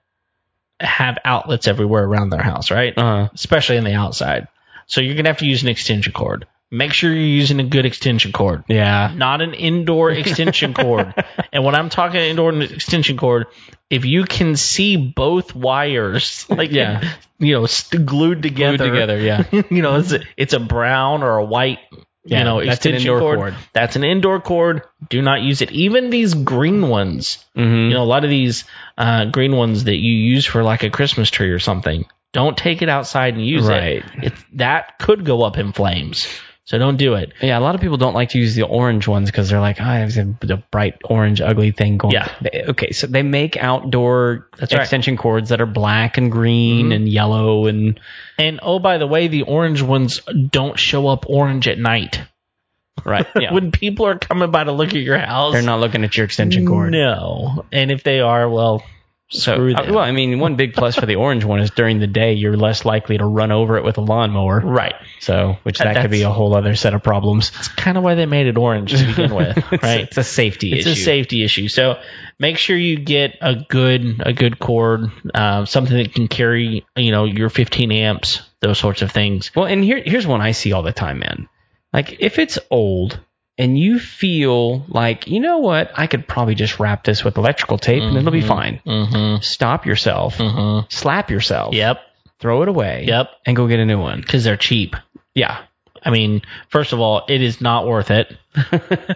S1: have outlets everywhere around their house, right?
S2: uh,
S1: Especially in the outside. So you're gonna have to use an extension cord. Make sure you're using a good extension cord,
S2: yeah.
S1: not an indoor
S2: *laughs*
S1: extension cord. And when I'm talking indoor n- extension cord, if you can see both wires, *laughs* like
S2: Yeah.
S1: you know, st- glued together,
S2: Glued together. Yeah.
S1: *laughs* you know, it's a, it's a brown or a white,
S2: Yeah,
S1: you know,
S2: that's an
S1: extension
S2: indoor
S1: cord.
S2: cord.
S1: That's an indoor cord. Do not use it. Even these green ones,
S2: *laughs* Mm-hmm.
S1: you know, a lot of these uh, green ones that you use for like a Christmas tree or something. Don't take it outside and use
S2: Right.
S1: it. It that could go up in flames. So don't do it.
S2: Yeah, a lot of people don't like to use the orange ones because they're like, oh, I have the bright orange, ugly thing going.
S1: Yeah.
S2: They- okay, so they make outdoor
S1: That's right.
S2: extension cords that are black and green
S1: Mhm.
S2: and yellow and
S1: And oh, by the way, the orange ones don't show up orange at night. *laughs*
S2: *laughs* right. Yeah,
S1: When people are coming by to look at your house,
S2: they're not looking at your extension cord.
S1: No, and if they are, well,
S2: So,
S1: screw
S2: uh,
S1: them.
S2: well, I mean, one big plus for the orange one is during the day you're less likely to run over it with a lawnmower.
S1: right.
S2: So, which
S1: That-
S2: that could be a whole other set of problems.
S1: It's kind of why they made it orange to begin with,
S2: *laughs* It's-
S1: right?
S2: It's a safety
S1: it's
S2: issue.
S1: a safety issue. So make sure you get a good a good cord, uh, something that can carry you know your 15 amps, those sorts of things.
S2: Well, and here here's one I see all the time, man. Like if it's old and you feel like, you know what, I could probably just wrap this with electrical tape and it'll be fine.
S1: Mm-hmm.
S2: Stop yourself,
S1: Mm-hmm.
S2: slap yourself,
S1: Yep.
S2: throw it away,
S1: Yep.
S2: and go get a new one.
S1: Because they're cheap.
S2: Yeah.
S1: I mean, first of all, it is not worth it.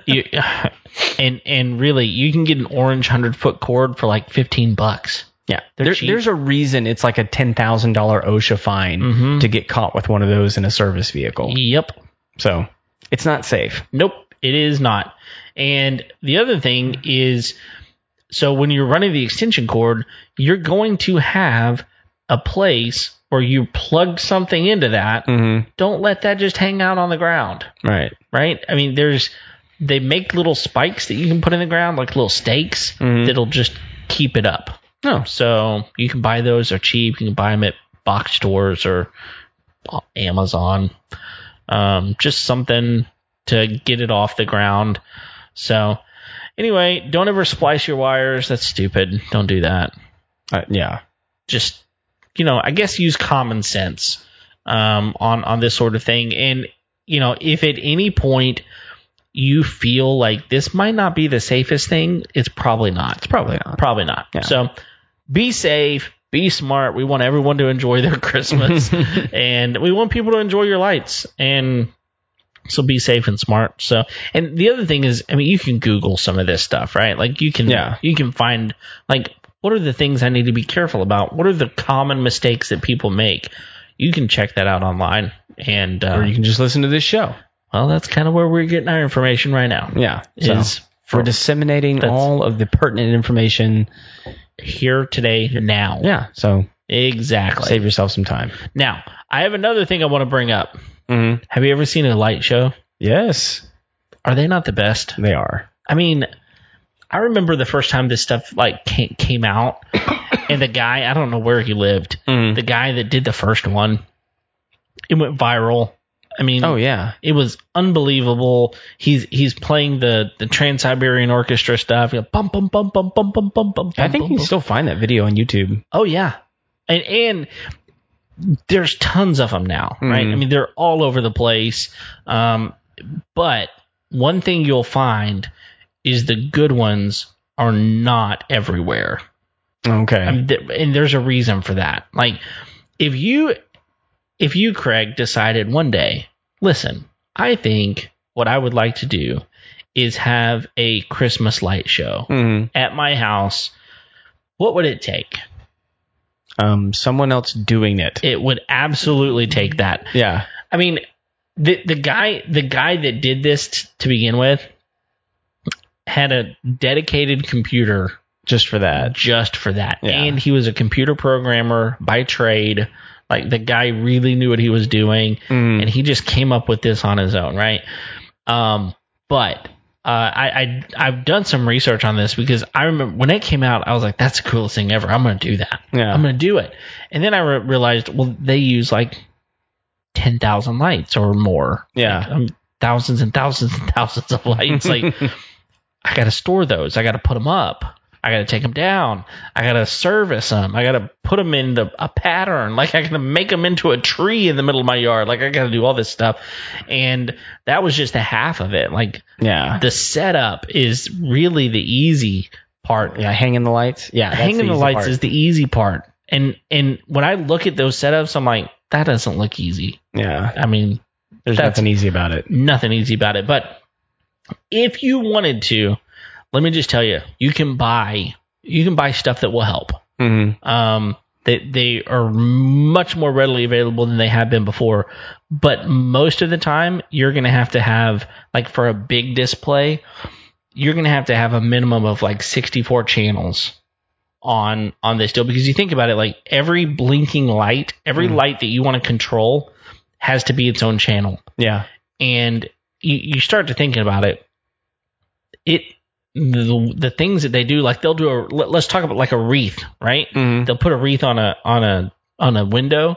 S1: you, and and really, you can get an orange hundred foot cord for like 15 bucks. Yeah, they're
S2: There,
S1: cheap.
S2: there's a reason it's like a ten thousand dollar OSHA fine
S1: Mhm.
S2: to get caught with one of those in a service vehicle.
S1: Yep.
S2: So it's not safe.
S1: Nope, it is not. And the other thing is so when you're running the extension cord, you're going to have a place where you plug something into that.
S2: Mm-hmm.
S1: Don't let that just hang out on the ground,
S2: Right.
S1: right? I mean, there's they make little spikes that you can put in the ground, like little stakes
S2: Mhm.
S1: that'll just keep it up.
S2: Oh.
S1: So you can buy those; they're cheap. You can buy them at box stores or Amazon. Um, just something to get it off the ground. So anyway, don't ever splice your wires. That's stupid. Don't do that.
S2: Uh, yeah.
S1: Just you know, I guess use common sense um, on on this sort of thing. And you know, if at any point you feel like this might not be the safest thing, it's probably not. It's
S2: Probably not.
S1: Probably not.
S2: Yeah.
S1: So be safe, be smart. We want everyone to enjoy their *laughs*
S2: *laughs*
S1: Christmas and we want people to enjoy your lights. And so be safe and smart. So and the other thing is I mean you can Google some of this stuff, right? Like you can
S2: Yeah.
S1: you can find like what are the things I need to be careful about? What are the common mistakes that people make? You can check that out online. And uh,
S2: Or you can just listen to this show.
S1: well, that's kind of where we're getting our information right now.
S2: Yeah.
S1: Is
S2: we're disseminating
S1: That's-
S2: all of the pertinent information.
S1: here today now.
S2: Yeah. So
S1: Exactly.
S2: save yourself some time.
S1: Now, I have another thing I want to bring up.
S2: Mm-hmm.
S1: Have you ever seen a light show?
S2: Yes,
S1: Are they not the best?
S2: they are.
S1: I mean, I remember the first time this stuff like ca- came out, *coughs* and the guy I don't know where he lived,
S2: Mm.
S1: the guy that did the first one, it went viral. I mean,
S2: Oh yeah.
S1: it was unbelievable. He's he's playing the the Trans Siberian Orchestra stuff. You know, bum bum bum bum bum bum bum bum.
S2: I
S1: bum,
S2: think you
S1: bum.
S2: can still find that video on YouTube.
S1: Oh yeah, and and there's tons of them now, right?
S2: Mhm.
S1: I mean, they're all over the place. Um, but one thing you'll find is the good ones are not everywhere.
S2: Okay.
S1: I mean, th- and there's a reason for that. Like if you if you Craig decided one day, listen, I think what I would like to do is have a Christmas light show
S2: Mm.
S1: at my house. What would it take?
S2: Um, someone else doing it.
S1: it would absolutely take that.
S2: Yeah.
S1: I mean, the the guy the guy that did this t- to begin with had a dedicated computer
S2: Just for that.
S1: just for that,
S2: Yeah.
S1: and he was a computer programmer by trade. Like the guy really knew what he was doing,
S2: Mm-hmm.
S1: and he just came up with this on his own, right? Um, but uh, I, I I've done some research on this because I remember when it came out, I was like, "That's the coolest thing ever. I'm going to do that.
S2: Yeah.
S1: I'm going to do it." And then I re- realized, well, they use like ten thousand lights or more,
S2: yeah.
S1: um, thousands and thousands and *laughs* thousands of lights. like I got to store those. I got to put them up. I got to take them down. I got to service them. I got to put them in the, a pattern. Like I got to make them into a tree in the middle of my yard. Like I got to do all this stuff. And that was just a half of it. Like
S2: yeah.
S1: the setup is really the easy part.
S2: yeah. Hanging the lights. Yeah. that's
S1: Hanging the,
S2: easy
S1: lights
S2: part.
S1: is the easy part. And and when I look at those setups, I'm like, that doesn't look easy.
S2: Yeah.
S1: I mean,
S2: There's
S1: That's-
S2: nothing easy about it.
S1: nothing easy about it. But if you wanted to, let me just tell you, you can buy you can buy stuff that will help.
S2: Mm-hmm.
S1: Um, they they are much more readily available than they have been before. But most of the time, you're going to have to have like for a big display, you're going to have to have a minimum of like 64 channels on on this deal because you think about it like every blinking light, every
S2: Mm.
S1: light that you want to control has to be its own channel
S2: Yeah.
S1: and you, you start to thinking about it, it the, the things that they do, like they'll do a let, us talk about like a wreath, right?
S2: Mm-hmm.
S1: They'll put a wreath on a on a on a window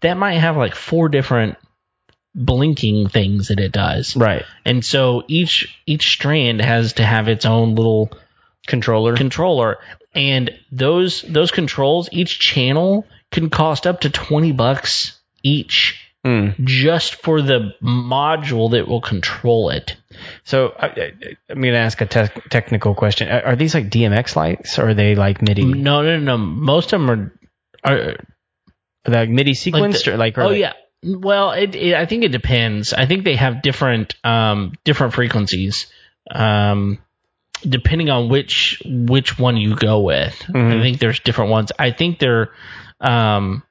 S1: that might have like four different blinking things that it does,
S2: Right.
S1: and so each each strand has to have its own little
S2: Controller.
S1: controller, and those those controls, each channel can cost up to twenty bucks each
S2: Mm.
S1: just for the module that will control it.
S2: So I, I, I'm going to ask a te- technical question. Are, are these like DMX lights or are they like MIDI?
S1: No, no, no. Most of them are. are
S2: Are they like MIDI sequenced or like? Or
S1: oh
S2: like-
S1: yeah. Well, it, it, I think it depends. I think they have different um, different frequencies. Um, depending on which which one you go with. I
S2: Mm-hmm.
S1: think there's different ones. I think they're, um,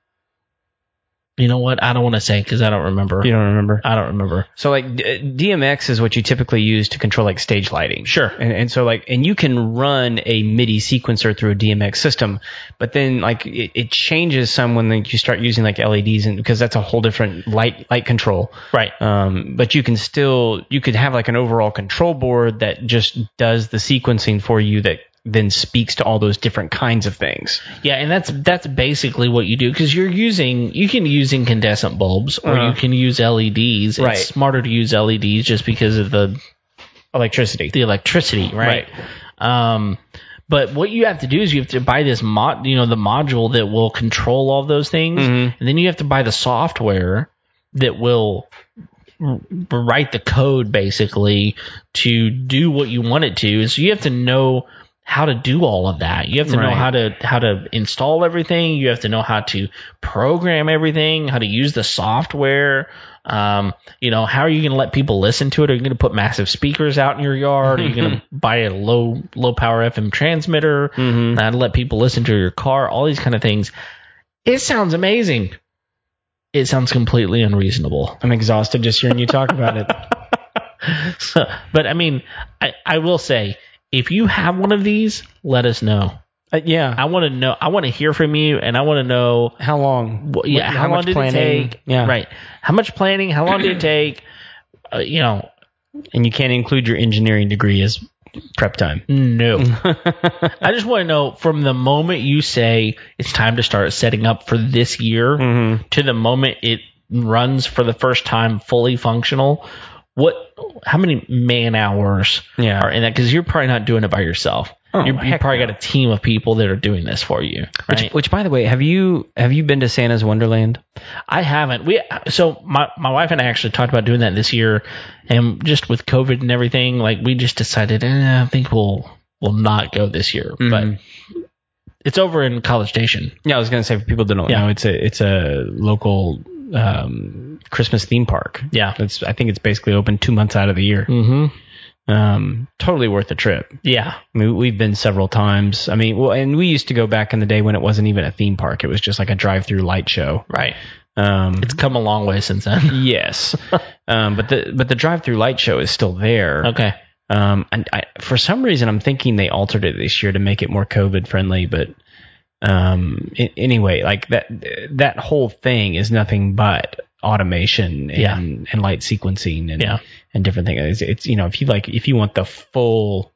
S1: you know what? I don't want to say because I don't remember.
S2: You don't remember?
S1: I don't remember.
S2: Uh, So like D- DMX is what you typically use to control like stage lighting.
S1: Sure.
S2: And, and so like and you can run a MIDI sequencer through a DMX system, but then like it, it changes some when like, you start using like LEDs and because that's a whole different light light control.
S1: Right.
S2: Um, but you can still you could have like an overall control board that just does the sequencing for you that then speaks to all those different kinds of things.
S1: Yeah, and that's that's basically what you do because you're using you can use incandescent bulbs or
S2: Uh-huh.
S1: you can use LEDs.
S2: Right.
S1: It's smarter to use LEDs just because of the
S2: Electricity.
S1: the electricity, right? Um, but what you have to do is you have to buy this mod, you know, the module that will control all those things, and then you have to buy the software that will r- write the code basically to do what you want it to. And so you have to know how to do all of that. You have to know
S2: Right.
S1: how to how to install everything. You have to know how to program everything, how to use the software. Um, you know, how are you going to let people listen to it? Are you going to put massive speakers out in your yard? Are you going to buy a low low power FM transmitter
S2: Mhm.
S1: uh, to let people listen to your car? All these kind of things. It sounds amazing. It sounds completely unreasonable.
S2: I'm exhausted just hearing you talk about it.
S1: So, but I mean, I, I will say, if you have one of these, let us know.
S2: *laughs* Uh, yeah.
S1: I want to know. I want to hear from you, and I want to know.
S2: how long?
S1: What, yeah,
S2: Wh-
S1: how, long
S2: much
S1: did
S2: planning?
S1: it take?
S2: Yeah,
S1: right. How much planning? How long did it take? Uh, you know,
S2: And you can't include your engineering degree as prep time. *laughs*
S1: no. I just want to know from the moment you say it's time to start setting up for this year
S2: Mm-hmm.
S1: to the moment it runs for the first time fully functional. What? How many man hours
S2: Yeah.
S1: are in that? Because you're probably not doing it by yourself.
S2: Oh,
S1: you you
S2: heck
S1: probably got a team of people that are doing this for you.
S2: Which,
S1: right?
S2: which, by the way, have you have you been to Santa's Wonderland?
S1: I haven't. We so my my wife and I actually talked about doing that this year, and just with COVID and everything, like we just decided, eh, I think we'll we'll not go this year.
S2: Mhm.
S1: But it's over in College Station.
S2: Yeah, I was gonna say for people that don't
S1: Yeah.
S2: know, it's a it's a local um, Christmas theme park.
S1: Yeah.
S2: It's I think it's basically open two months out of the year.
S1: Mm-hmm.
S2: Um, totally worth the trip.
S1: Yeah.
S2: I mean, we've been several times. I mean, well, and we used to go back in the day when it wasn't even a theme park; it was just like a drive-through light show.
S1: Right.
S2: Um,
S1: It's come a long way since then.
S2: *laughs* Yes, um, but the but the drive-through light show is still there.
S1: Okay.
S2: Um, and I, for some reason, I'm thinking they altered it this year to make it more COVID friendly. But um, a- anyway, like that that whole thing is nothing but automation and
S1: Yeah.
S2: and light sequencing and
S1: Yeah.
S2: and different things. It's, it's you know if you like if you want the full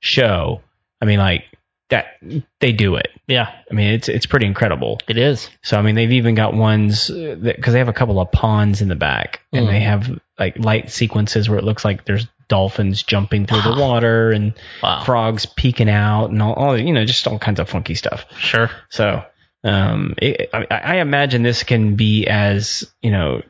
S2: show, I mean like that they do it.
S1: Yeah.
S2: I mean it's it's pretty incredible.
S1: It is.
S2: So I mean, they've even got ones because they have a couple of ponds in the back, and
S1: Mm.
S2: they have like light sequences where it looks like there's dolphins jumping through the water and
S1: Wow.
S2: frogs peeking out, and all, all you know, just all kinds of funky stuff.
S1: sure.
S2: So um, it, I, I imagine this can be as you know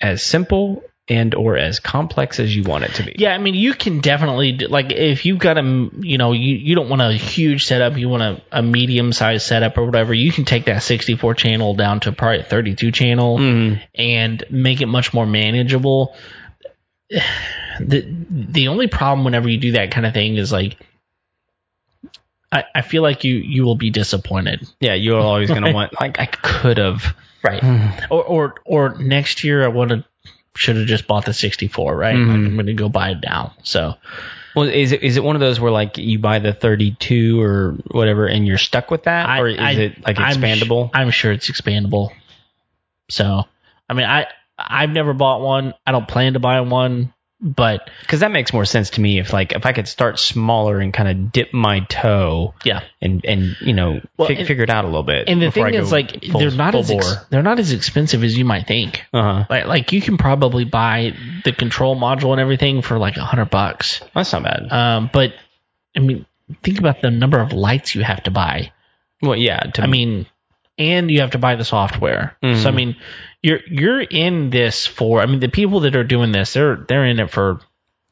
S2: as simple and or as complex as you want it to be.
S1: Yeah, I mean, you can definitely do, like if you've got a m- you know you, you don't want a huge setup, you want a, a medium sized setup or whatever. You can take that sixty four channel down to probably a thirty two channel
S2: Mhm.
S1: and make it much more manageable. *sighs* The the only problem whenever you do that kind of thing is like. I, I feel like you, you will be disappointed,
S2: yeah. You're
S1: *laughs*
S2: always gonna want like I could have.
S1: right? or, or or next year I want to should have just bought the 64, right? Like, I'm going to go buy it now. So
S2: Well, is it is it one of those where like you buy the 32 or whatever and you're stuck with that, or is
S1: I-
S2: it like
S1: I'm sh-
S2: expandable?
S1: I'm, sure it's expandable. So, I mean, I I've never bought one. I don't plan to buy one, but
S2: Because that makes more sense to me if like if I could start smaller and kind of dip my toe
S1: yeah.
S2: and and you know
S1: Well,
S2: fig-
S1: and-
S2: figure it out a little bit.
S1: And the
S2: before
S1: thing
S2: I go
S1: is, like,
S2: full-
S1: they're not
S2: full
S1: as ex-
S2: bore.
S1: they're not as expensive as you might think.
S2: uh-huh.
S1: Like, like you can probably buy the control module and everything for like a hundred bucks.
S2: That's not bad.
S1: Um, but I mean, think about the number of lights you have to buy.
S2: well, yeah. To
S1: I mean, and you have to buy the software. So I mean, you're you're in this for. I mean, the people that are doing this, they're they're in it for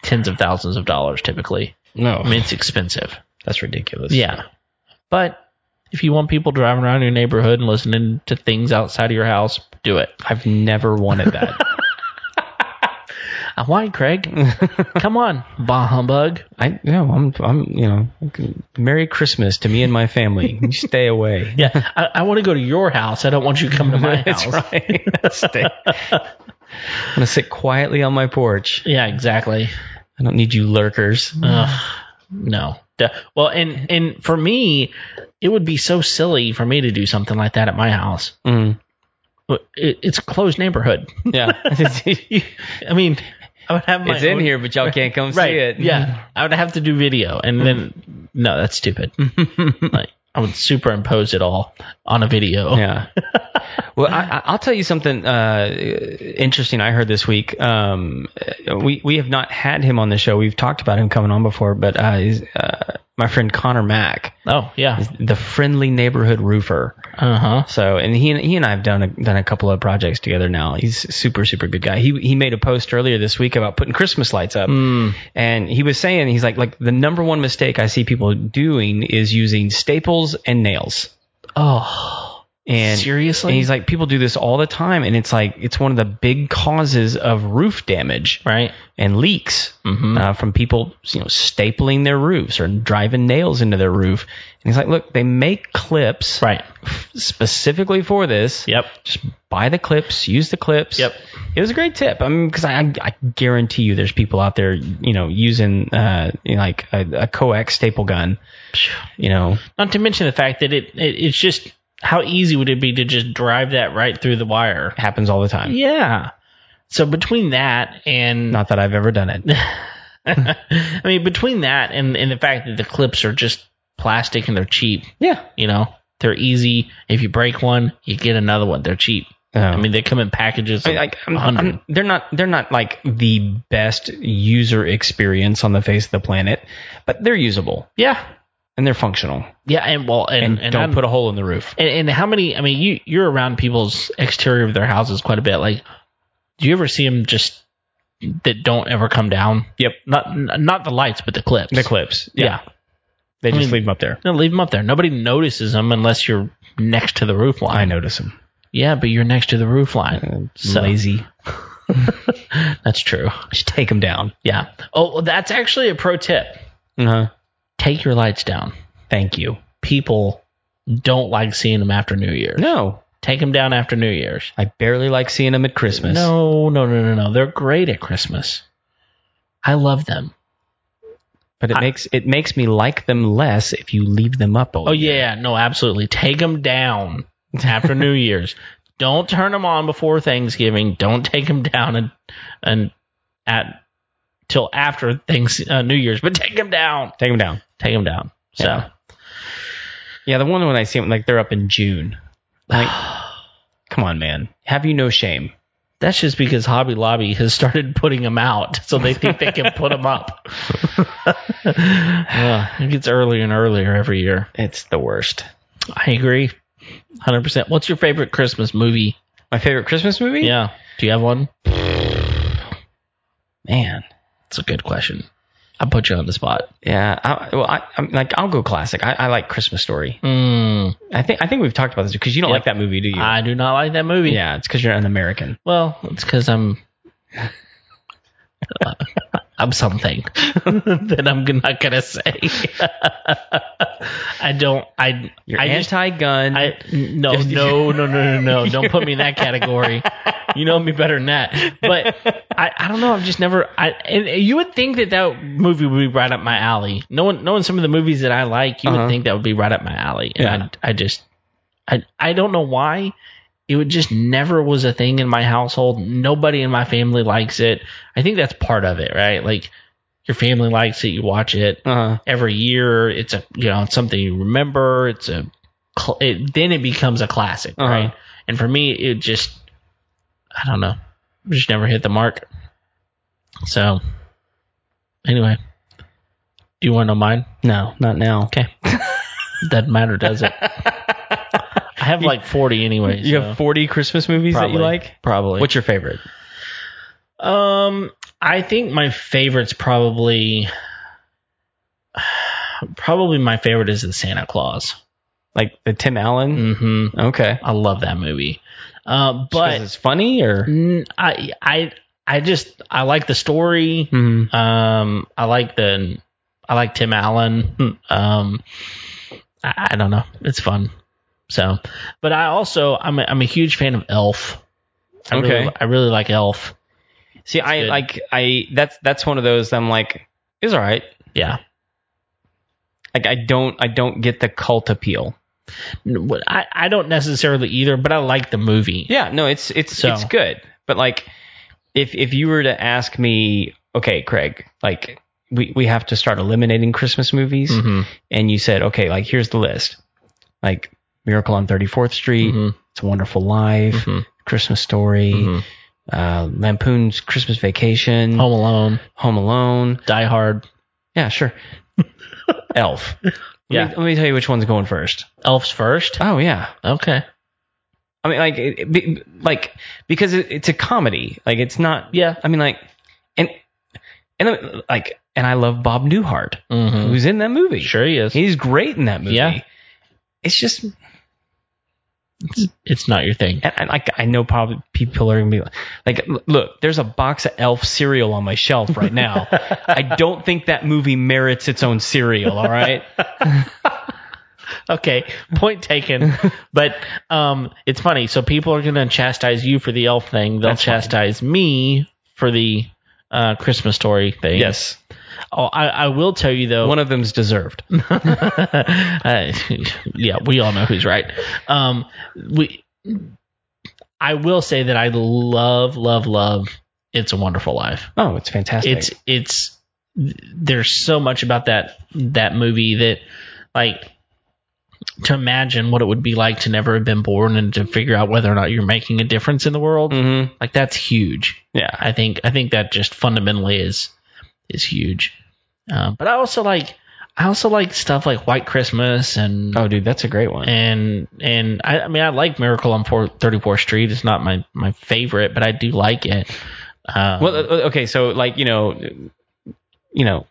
S1: tens of thousands of dollars typically.
S2: no,
S1: I mean, it's expensive.
S2: that's ridiculous.
S1: Yeah, but if you want people driving around your neighborhood and listening to things outside of your house, do it. *laughs*
S2: I've never wanted that.
S1: I want it, Craig. Come on, bah humbug.
S2: I no, I'm I'm you know, Merry Christmas to me and my family. You *laughs* stay away.
S1: Yeah, I, I want to go to your house. I don't want you coming to my
S2: *laughs* That's
S1: house.
S2: right. *laughs* stay. I'm gonna sit quietly on my porch.
S1: Yeah, exactly.
S2: I don't need you lurkers. Uh,
S1: *laughs* Ugh, no. Duh. Well, *laughs* and and for me, it would be so silly for me to do something like that at my house.
S2: Mm.
S1: But It, it's a closed *laughs* neighborhood.
S2: Yeah,
S1: I mean, I would have my
S2: it's in
S1: own-
S2: here, but y'all can't come
S1: Right.
S2: see it.
S1: Yeah, I would have to do video, and then no, that's *laughs* stupid. like I would superimpose it all on a video.
S2: *laughs* Yeah. Well, I- I, I'll tell you something uh, interesting I heard this week. Um, uh, we we have not had him on the show. We've talked about him coming on before, but uh, he's, uh, my friend Connor Mack,
S1: Oh yeah.
S2: the friendly neighborhood roofer.
S1: Uh huh.
S2: So, and he and he and I have done a, done a couple of projects together now. He's a super super good guy. He he made a post earlier this week about putting Christmas lights up,
S1: Hmm.
S2: and he was saying he's like like the number one mistake I see people doing is using staples and nails.
S1: Oh,
S2: And
S1: seriously?
S2: and he's like, people do this all the time, and it's like it's one of the big causes of roof damage
S1: right.
S2: and leaks
S1: Mhm.
S2: uh, from people, you know, stapling their roofs or driving nails into their roof. And he's like, look, they make clips
S1: Right.
S2: f- specifically for this.
S1: Yep.
S2: Just buy the clips, use the clips.
S1: Yep.
S2: It was a great tip. I mean, because I, I I guarantee you, there's people out there, you know, using uh, you know, like a, a coax staple gun, you know,
S1: Not to mention the fact that it, it it's just how easy would it be to just drive that right through the wire?
S2: happens all the time.
S1: Yeah. So between that
S2: *laughs*
S1: and
S2: Not that I've ever done it.
S1: *laughs* I mean between that and and the fact that the clips are just plastic and they're cheap,
S2: yeah.
S1: you know. They're easy. If you break one, you get another one. They're cheap. I
S2: Um,
S1: mean, they come in packages.
S2: I
S1: Of
S2: mean, like I'm,
S1: 100.
S2: I'm- they're not they're not like the best user experience on the face of the planet, but they're usable
S1: yeah,
S2: and they're functional
S1: yeah, and well, and,
S2: and,
S1: and
S2: don't
S1: I'm-
S2: put a hole in the roof.
S1: And, and how many? I mean, you you're around people's exterior of their houses quite a bit. Like, do you ever see them just that don't ever come down?
S2: Yep.
S1: Not n- not the lights, but the clips.
S2: The clips, yeah,
S1: Yeah.
S2: they just
S1: mean-
S2: leave them up there.
S1: No, leave them up there. Nobody notices them unless you're next to the roof line.
S2: I notice them.
S1: Yeah, but you're next to the roof line. so-
S2: Lazy,
S1: *laughs*
S2: *laughs*
S1: That's true.
S2: just take them down.
S1: Yeah. Oh, well, that's actually a pro tip.
S2: Uh-huh.
S1: Take your lights down.
S2: Thank you.
S1: People don't like seeing them after New Year's.
S2: No,
S1: Take them down after New Year's.
S2: I barely like seeing them at Christmas.
S1: No, no, no, no, no. They're great at Christmas. I love them.
S2: but it
S1: I-
S2: makes it makes me like them less if you leave them up. all
S1: Oh
S2: year.
S1: yeah, no, absolutely. Take them down *laughs* after New Year's. Don't turn them on before Thanksgiving. Don't take them down and and at till after things uh, New Year's. But take them down.
S2: take them down.
S1: Take them down. So
S2: Yeah. Yeah, the one when I see them like they're up
S1: *sighs*
S2: in June. Like, come on, man, have you no shame?
S1: that's just because Hobby Lobby has started putting them out, so they think they can put them *laughs* up. Ugh, it gets earlier and earlier every year.
S2: It's the worst.
S1: I agree. 100%. What's your favorite Christmas movie?
S2: My favorite Christmas movie?
S1: Yeah. Do you have one?
S2: man.
S1: It's a good question. I put you on the spot.
S2: Yeah. I, well, I, I'm like I'll go classic. I, I like Christmas Story.
S1: Mm,
S2: I think I think we've talked about this because you don't
S1: Yep.
S2: like that movie, do you?
S1: I do not like that movie.
S2: yeah, it's because you're an American.
S1: Well, it's because I'm. I'm something *laughs* that I'm not gonna say. *laughs* I don't. I.
S2: You're
S1: I just.
S2: anti-gun.
S1: I no no
S2: *laughs*
S1: no no no no. Don't put me in that category. You know me better than that. But I, I don't know. I've just never. I and you would think that that movie would be right up my alley. Knowing knowing some of the movies that I like, you
S2: Uh-huh.
S1: would think that would be right up my alley. And
S2: Yeah.
S1: I I just I I don't know why. It would just never was a thing in my household. Nobody in my family likes it. I think that's part of it, right? Like your family likes it, you watch it
S2: uh,
S1: every year. It's a you know it's something you remember. It's a cl- it, then it becomes a classic,
S2: Uh-huh.
S1: right? And for me, it just I don't know, just never hit the mark. So anyway, do you want to know mine?
S2: no, not now.
S1: Okay, doesn't matter, does
S2: *laughs*
S1: it? I have like forty anyway.
S2: You have 40 Christmas movies that you like.
S1: Probably.
S2: What's your favorite?
S1: Um, I think my favorite's probably *sighs* probably my favorite is the Santa Claus.
S2: Like the Tim Allen?
S1: hmm
S2: Okay.
S1: I love that movie. Uh,
S2: But
S1: but
S2: it's funny or
S1: mm, I I I just I like the story.
S2: hmm
S1: Um, I like the I like Tim Allen. *laughs* Um, I, I don't know, it's fun. So, but I also I'm a, I'm a huge fan of Elf. I
S2: Okay.
S1: really, I really like Elf.
S2: See, I
S1: good.
S2: like I that's that's one of those that I'm like it's all right.
S1: Yeah,
S2: Like I don't I don't get the cult appeal.
S1: N- what- I I don't necessarily either, but I like the movie.
S2: Yeah, no, it's it's
S1: So-
S2: it's good. But like if if you were to ask me, okay, Craig, like we, we have to start eliminating Christmas movies
S1: Mhm.
S2: and you said, okay, like here's the list. Like Miracle on 34th Street,
S1: Mhm.
S2: It's a Wonderful Life,
S1: Mhm.
S2: Christmas Story,
S1: Mhm.
S2: uh, Lampoon's Christmas Vacation,
S1: Home Alone,
S2: Home Alone.
S1: Die Hard, *laughs*
S2: Yeah, sure. Elf. Let
S1: Yeah.
S2: Me, let me tell you which one's going first.
S1: Elf's first.
S2: Oh yeah.
S1: Okay.
S2: I mean, like, it, it, be- like because it, it's a comedy. Like, it's not.
S1: Yeah.
S2: I mean, like, and and uh, like, and I love Bob Newhart,
S1: Mm-hmm.
S2: who's in that movie.
S1: Sure he is.
S2: He's great in that movie.
S1: Yeah.
S2: It's just,
S1: It's not your thing.
S2: and, and, like, I know probably people are gonna be like, like, l- look, there's a box of Elf cereal on my shelf
S1: *laughs*
S2: right now. I don't think that movie merits its own cereal. All
S1: *laughs*
S2: right.
S1: Okay, point
S2: *laughs*
S1: taken. but um, it's funny. So people are going to chastise you for the elf thing. They'll
S2: That's fine.
S1: chastise me for the uh, Christmas story thing.
S2: yes.
S1: Oh, I, I will tell you though.
S2: One of *laughs* them's deserved.
S1: Uh, *laughs* yeah, we all know who's right. Um, we. I will say that I love, love, love. It's a Wonderful Life.
S2: Oh, it's fantastic.
S1: it's it's there's so much about that that movie that like to imagine what it would be like to never have been born and to figure out whether or not you're making a difference in the world
S2: hmm
S1: like that's huge
S2: Yeah.
S1: i think i think that just fundamentally is is huge um, but i also like i also like stuff like white christmas and
S2: Oh, dude, that's a great one.
S1: and and I, I mean i like miracle on 4- 34th street it's not my my favorite but i do like it um,
S2: Well, uh, okay, so like you know, you know,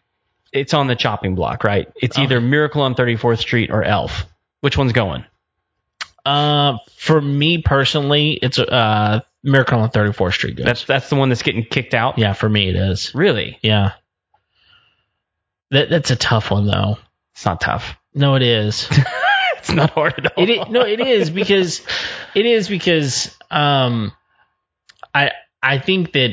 S2: it's on the chopping block, right? It's
S1: Oh.
S2: either Miracle on 34th Street or Elf. Which one's going?
S1: Uh, for me personally, it's uh Miracle on 34th Street. Goes.
S2: That's that's the one that's getting kicked out.
S1: yeah, for me it is.
S2: Really?
S1: Yeah, that that's a tough one though.
S2: It's not tough. *laughs*
S1: No, it is.
S2: It's not hard at all.
S1: It is, no, it is because it is because um, I I think that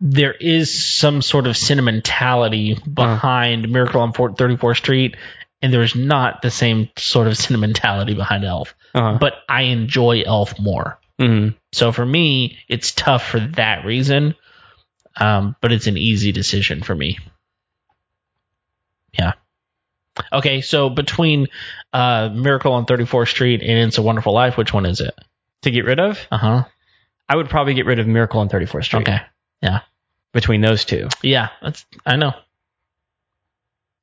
S1: there is some sort of sentimentality behind Miracle on 4- 34th Street, and there's not the same sort of sentimentality behind Elf.
S2: Uh-huh.
S1: But I enjoy Elf more.
S2: Mhm.
S1: So for me, it's tough for that reason. Um, but it's an easy decision for me. Yeah. Okay, so between uh, Miracle on 34th Street and It's a Wonderful Life, which one is it?
S2: To get rid of,
S1: Uh huh.
S2: I would probably get rid of Miracle on 34th Street.
S1: Okay.
S2: Between those two,
S1: Yeah, that's I know.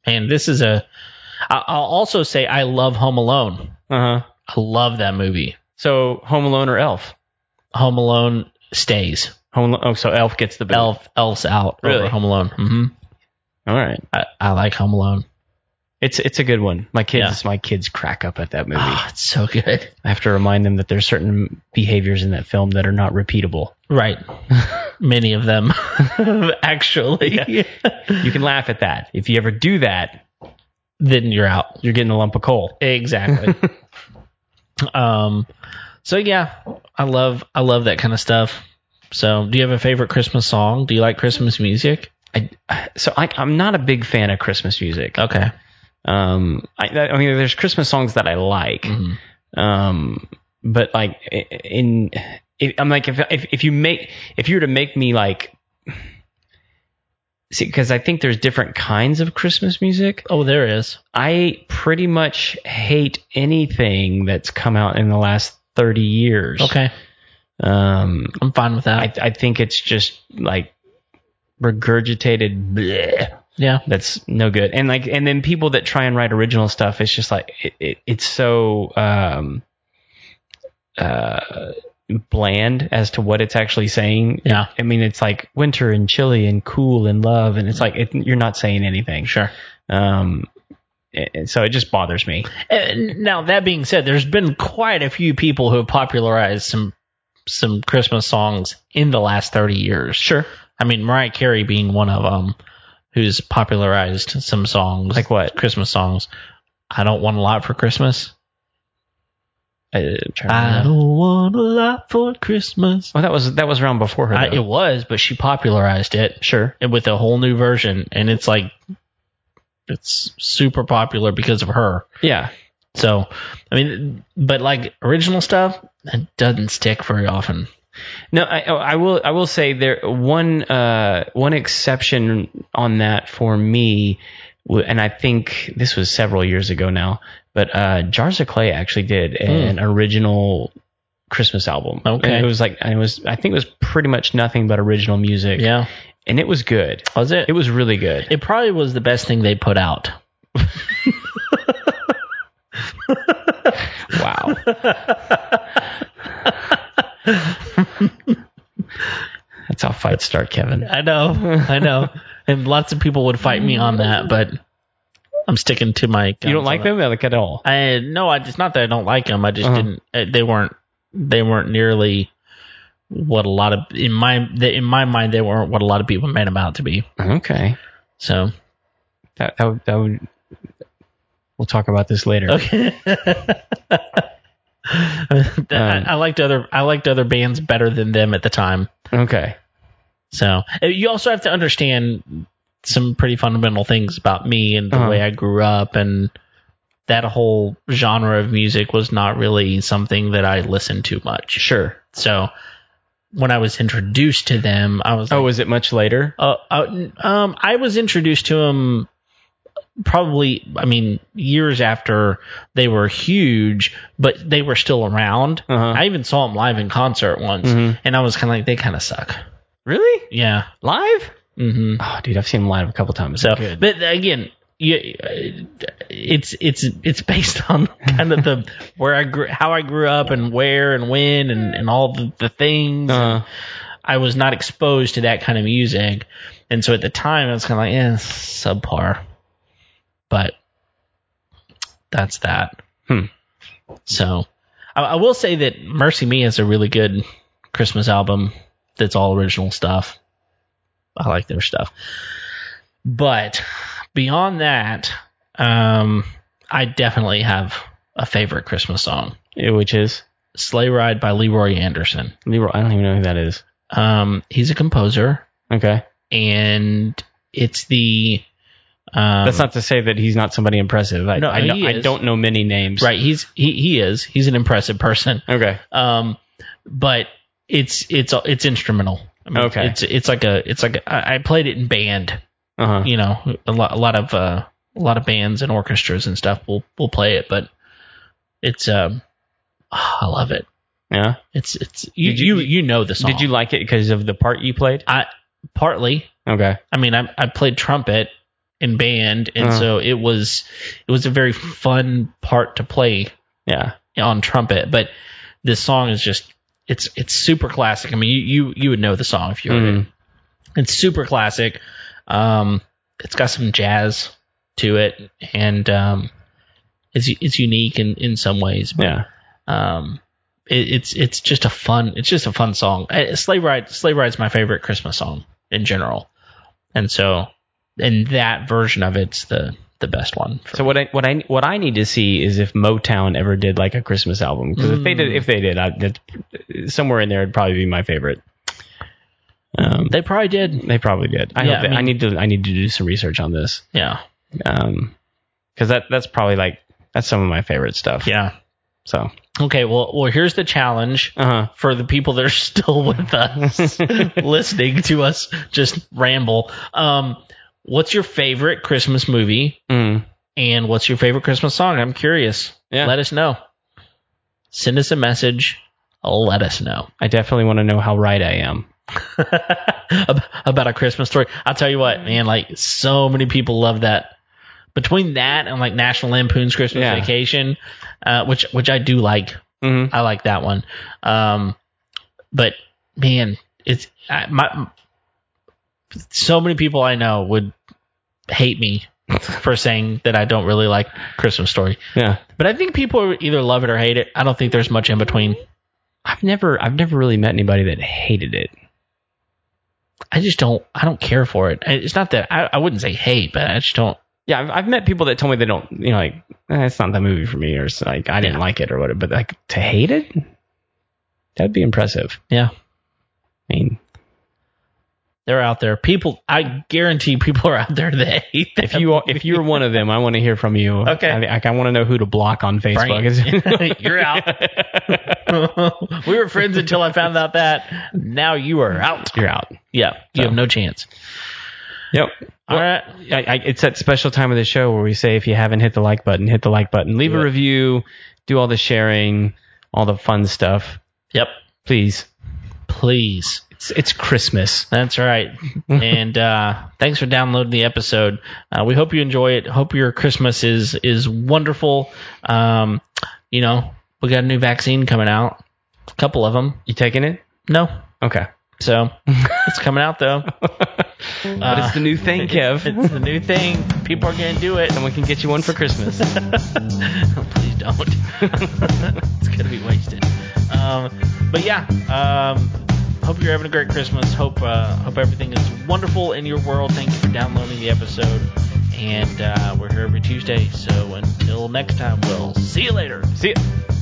S1: And this is a. I- I'll also say I love Home Alone.
S2: uh huh.
S1: I love that movie.
S2: So Home Alone or Elf?
S1: Home Alone stays.
S2: Home. Alo- Oh, so Elf gets the boot.
S1: Elf, Elf's out.
S2: Really?
S1: Over Home Alone. hmm
S2: All right.
S1: I, I like Home Alone.
S2: It's it's a good one. My kids my kids crack up at that movie.
S1: Ah, it's so good.
S2: I have to remind them that there's certain behaviors in that film that are not repeatable.
S1: Right. *laughs* Many of them, *laughs* actually.
S2: You can laugh at that. If you ever do that,
S1: then you're out.
S2: you're getting a lump of coal.
S1: Exactly. um, so yeah, I love I love that kind of stuff. So, do you have a favorite Christmas song? Do you like Christmas music?
S2: I, so I, I'm not a big fan of Christmas music.
S1: Okay.
S2: Um, I, I mean, there's Christmas songs that I like,
S1: Mhm.
S2: um, but like i- in, if, I'm like if, if if you make if you were to make me like, see, because I think there's different kinds of Christmas music.
S1: Oh, there is.
S2: I pretty much hate anything that's come out in the last 30 years.
S1: Okay.
S2: Um,
S1: I'm fine with that.
S2: I, I think it's just like regurgitated bleh
S1: yeah.
S2: that's no good. And like, and then people that try and write original stuff, it's just like, it, it, it's so, um, uh, bland as to what it's actually saying.
S1: Yeah.
S2: I mean, it's like winter and chilly and cool and love. And it's like, it, you're not saying anything.
S1: Sure.
S2: Um, and- and so it just bothers me.
S1: And now that being said, there's been quite a few people who have popularized some some Christmas songs in the last 30 years.
S2: Sure.
S1: I mean, Mariah Carey being one of them, who's popularized some songs,
S2: Like what?
S1: Christmas songs. I don't want a lot for Christmas. Uh,
S2: I,
S1: I don't want a lot for Christmas.
S2: Well, Oh, that was that was around before her.
S1: I,
S2: though.
S1: it was, but she popularized it
S2: sure.
S1: and with a whole new version, and it's like it's super popular because of her.
S2: Yeah.
S1: So, I mean, but like original stuff, it doesn't stick very often.
S2: No, I, oh, I will. I will say there one uh, one exception on that for me, w- and I think this was several years ago now. But uh, Jars of Clay actually did an original Christmas album.
S1: Hmm. Okay.
S2: And it was like and it was. I think it was pretty much nothing but original music.
S1: Yeah,
S2: and it was good.
S1: was it?
S2: It was really good.
S1: It probably was the best thing they put out.
S2: *laughs* wow. That's how fights start, Kevin.
S1: I
S2: *laughs*
S1: know, I know, and lots of people would fight me on that, but I'm sticking to my.
S2: You don't like them like at all.
S1: I no, I it's not that I don't like them. I just
S2: Uh-huh.
S1: didn't. uh, They weren't. They weren't nearly what a lot of in my in my mind they weren't what a lot of people made them out to be.
S2: Okay.
S1: So
S2: That, that, would- that would. We'll talk about this later.
S1: okay. I, I liked other I liked other bands better than them at the time.
S2: Okay.
S1: So uh, you also have to understand some pretty fundamental things about me and the
S2: Uh-huh.
S1: way I grew up and that whole genre of music was not really something that I listened to much.
S2: Sure.
S1: So when I was introduced to them, I was like,
S2: Oh, was it much later?
S1: uh, uh, um, I was introduced to them probably, I mean, years after they were huge, but they were still around.
S2: Uh-huh.
S1: I even saw them live in concert once,
S2: Mhm.
S1: and I was kind of like, they kind of suck.
S2: Really?
S1: Yeah.
S2: Live?
S1: hmm
S2: Oh, dude, I've seen them live a couple times.
S1: So,
S2: Good.
S1: but again, you, uh, it's it's it's based on *laughs* kind of the where I grew, how I grew up, and where and when, and and all the, the things.
S2: Uh,
S1: I was not exposed to that kind of music, and so at the time I was kind of like, eh, it's subpar. But that's that.
S2: Hmm.
S1: So, I, I will say that Mercy Me is a really good Christmas album. That's all original stuff. I like their stuff. But beyond that, um, I definitely have a favorite Christmas song.
S2: which is
S1: Sleigh Ride by Leroy Anderson.
S2: Leroy. I don't even know who that is.
S1: Um, he's a composer
S2: Okay.
S1: and it's the um,
S2: That's not to say that he's not somebody impressive. I,
S1: No,
S2: I, know-
S1: he
S2: I
S1: is.
S2: don't know many names.
S1: right. He's he he is he's an impressive person,
S2: Okay.
S1: um, but it's it's it's instrumental. I mean,
S2: Okay.
S1: it's it's like a it's like a, I I played it in band.
S2: Uh huh.
S1: You know, a lot a lot of uh, a lot of bands and orchestras and stuff will will play it, but it's um ah, I love it.
S2: Yeah.
S1: It's it's you
S2: Did you-
S1: you, you know the song.
S2: Did you like it because of the part you played?
S1: I partly
S2: Okay.
S1: I mean, I I played trumpet in band, and
S2: Uh.
S1: so it was it was a very fun part to play
S2: Yeah.
S1: on trumpet. But this song is just it's it's super classic. I mean, you you, you would know the song if you heard it.
S2: Mm.
S1: It's super classic. Um, it's got some jazz to it, and um, it's it's unique in in some ways. But,
S2: Yeah.
S1: um, it, it's it's just a fun it's just a fun song. Uh, Sleigh Ride Sleigh Ride's my favorite Christmas song in general, and so and that version of it's the the best one. for-
S2: So what I what I what I need to see is if Motown ever did like a Christmas album because if they did if they did I, that, somewhere in there it'd probably be my favorite. Um,
S1: they probably did.
S2: they probably did. I
S1: Yeah,
S2: hope
S1: I
S2: that, I
S1: mean-
S2: need to I need to do some research on this
S1: Yeah,
S2: because that that's probably like that's some of my favorite stuff.
S1: yeah.
S2: So
S1: Okay, well, well, here's the challenge
S2: uh huh.
S1: for the people that are *laughs* still with
S2: *laughs*
S1: us, listening to us just ramble. Um, what's your favorite Christmas movie,
S2: Mm.
S1: and what's your favorite Christmas song? I'm curious.
S2: Yeah.
S1: Let us know. Send us a message. Let us know.
S2: I definitely want to know how right I am.
S1: Ab- about a Christmas story. I'll tell you
S2: Mm.
S1: what, man, like so many people love that. Between that and like National Lampoon's Christmas
S2: Yeah.
S1: Vacation, uh, which which I do like,
S2: Mm-hmm.
S1: I like that one. Um, but man, it's I, my so many people I know would hate me for saying that I don't really like Christmas Story.
S2: Yeah.
S1: But I think people either love it or hate it. I don't think there's much in between.
S2: I I've never I've never really met anybody that hated it.
S1: I just don't. I don't care for it. It's not that I, I wouldn't say hate, but I just don't.
S2: Yeah, I've, I've met people that told me they don't, you know, like eh, it's not that movie for me, or it's like I didn't
S1: Yeah.
S2: like it, or whatever. But like to hate it, that'd be impressive.
S1: Yeah,
S2: I mean,
S1: they're out there. People, I guarantee people are out there that hate that.
S2: if you are, if you're one of them, I want to hear from you.
S1: Okay.
S2: I, I want to know who to block on Facebook.
S1: *laughs* Right. *laughs* You're *laughs* out. we were friends until I found out that. Now you are out.
S2: *laughs* You're out.
S1: Yeah, you
S2: So.
S1: have no chance.
S2: Yep.
S1: All right.
S2: I, I, it's that special time of the show where we say if you haven't hit the like button, hit the like button, leave
S1: Do
S2: a
S1: it.
S2: review, do all the sharing, all the fun stuff.
S1: Yep.
S2: Please,
S1: Please.
S2: it's, it's Christmas.
S1: That's *laughs* right. and uh, thanks for downloading the episode. Uh, we hope you enjoy it. Hope your Christmas is is wonderful. Um, you know, we got a new vaccine coming out. A couple of them.
S2: You taking it?
S1: No.
S2: Okay. *laughs*
S1: *laughs* So it's coming out though.
S2: but it's the
S1: *laughs*
S2: new thing, Kev.
S1: Uh, It's the new thing. People are gonna do it.
S2: Someone can get you one for Christmas.
S1: *laughs* Please don't. *laughs* it's gonna be wasted. Um, but yeah, um, hope you're having a great Christmas. Hope uh, hope everything is wonderful in your world. Thank you for downloading the episode, and uh, we're here every Tuesday. So until next time, we'll see you later.
S2: See ya.